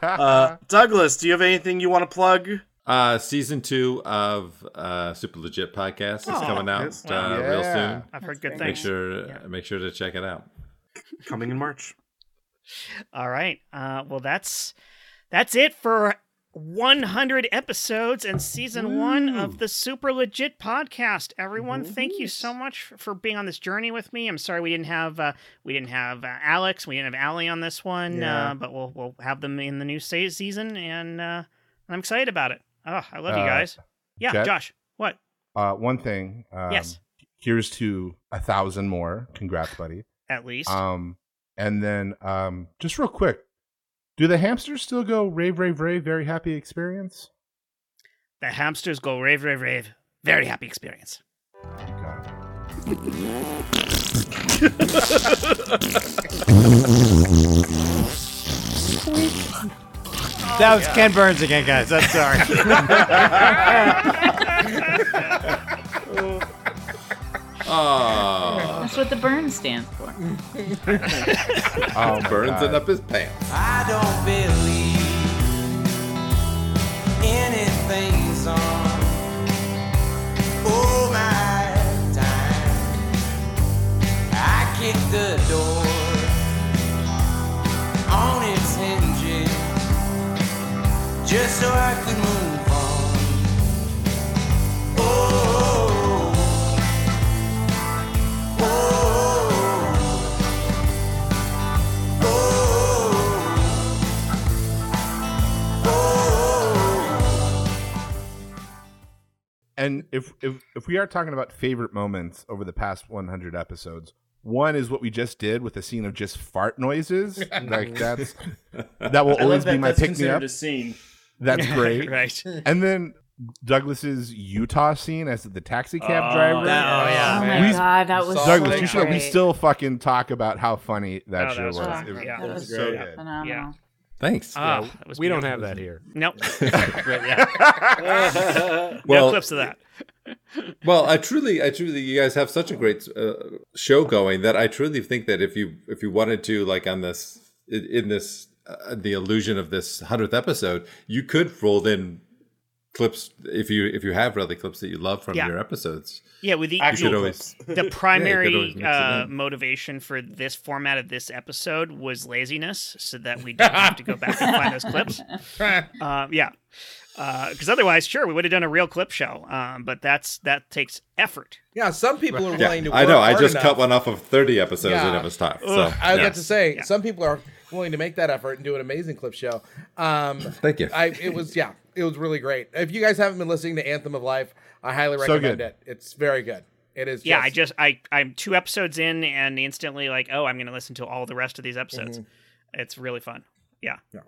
S8: Uh, Douglas, do you have anything you want to plug?
S4: Uh, season two of uh, Super Legit Podcast is
S8: Oh,
S4: coming out
S8: yes.
S4: uh,
S8: Wow.
S4: real
S8: Yeah.
S4: soon.
S1: I've heard good
S4: Make
S1: things.
S4: sure, make sure to check it out.
S8: Coming in March.
S1: All right. Uh, well, that's that's it for 100 episodes and season one of the Super Legit podcast. Everyone, thank you so much for being on this journey with me. I'm sorry we didn't have uh, we didn't have uh, Alex, we didn't have Allie on this one,
S19: Yeah.
S1: uh, but we'll we'll have them in the new se- season, and uh, I'm excited about it. Oh, I love you
S6: Uh,
S1: guys. Yeah,
S6: Jet?
S1: Josh. What?
S6: Uh, one thing. Um,
S1: Yes.
S6: Here's to a thousand more. Congrats, buddy.
S1: At least.
S6: Um, and then um, just real quick, do the hamsters still go rave, rave, rave? Very happy experience.
S1: The hamsters go rave, rave, rave. Very happy experience.
S9: That was Ken Burns again, guys. I'm sorry.
S4: Oh.
S9: Oh.
S4: Uh,
S3: That's what the burn stands for.
S4: oh, burns
S6: God.
S4: it up his pants.
S5: I don't believe anything's on my time. I kick the door on its hinges just so I could move on. Oh, oh, oh, oh, oh.
S6: And if, if if we are talking about favorite moments over the past 100 episodes, one is what we just did with a scene of just fart noises. like that's that will
S2: I love
S6: always be
S2: that
S6: my
S2: that's
S6: pick me
S2: considered
S6: up.
S2: a scene.
S6: That's great.
S2: Right.
S6: And then Douglas's Utah scene as the taxi cab
S2: Oh,
S6: driver.
S2: that- oh, yeah.
S10: Oh, my God, that was
S6: Douglas.
S10: so
S6: you should- we
S10: great.
S6: still fucking talk about how funny that
S1: Oh,
S6: show was.
S1: rock.
S6: It was-
S1: yeah,
S6: it
S1: that
S6: was
S1: was
S6: so
S1: great.
S6: good.
S1: Phenomenal. Yeah.
S4: Thanks.
S1: Ah,
S20: Yeah,
S1: that was
S20: we don't
S1: beautiful.
S20: have that here.
S1: Nope.
S20: Right,
S1: yeah. no
S4: Well-
S1: clips of that.
S4: well, I truly, I truly, you guys have such a great uh, show going that I truly think that if you if you wanted to, like on this in in this uh, the illusion of this hundredth episode, you could roll in clips if you if you have really clips that you love from
S1: Yeah.
S4: your episodes.
S1: Yeah, with the
S4: you could
S1: the-
S4: always yeah, you
S1: the
S4: could
S1: primary
S4: always mix it
S1: uh,
S4: in.
S1: motivation for this format of this episode was laziness, so that we don't have to go back and find those clips. Uh, yeah, because otherwise, sure, we would have done a real clip show, um, but that's that takes effort.
S12: Yeah, some people are
S4: Yeah,
S12: willing to. Work
S4: I know. I
S12: hard
S4: just
S12: enough.
S4: cut one off of thirty episodes
S12: Yeah.
S4: and it was time. So
S12: Ugh, I was
S4: yeah.
S12: about to say, some people are willing to make that effort and do an amazing clip show. Um,
S4: Thank you.
S12: I, it was yeah, it was really great. If you guys haven't been listening to Anthem of Life, I highly
S1: So
S12: recommend
S1: good.
S12: it. It's very good. It is.
S1: yeah,
S12: just,
S1: I just I I'm two episodes in
S12: Mm-hmm.
S1: and instantly like, oh, I'm going to listen to all the rest of these episodes. It's really fun. Yeah.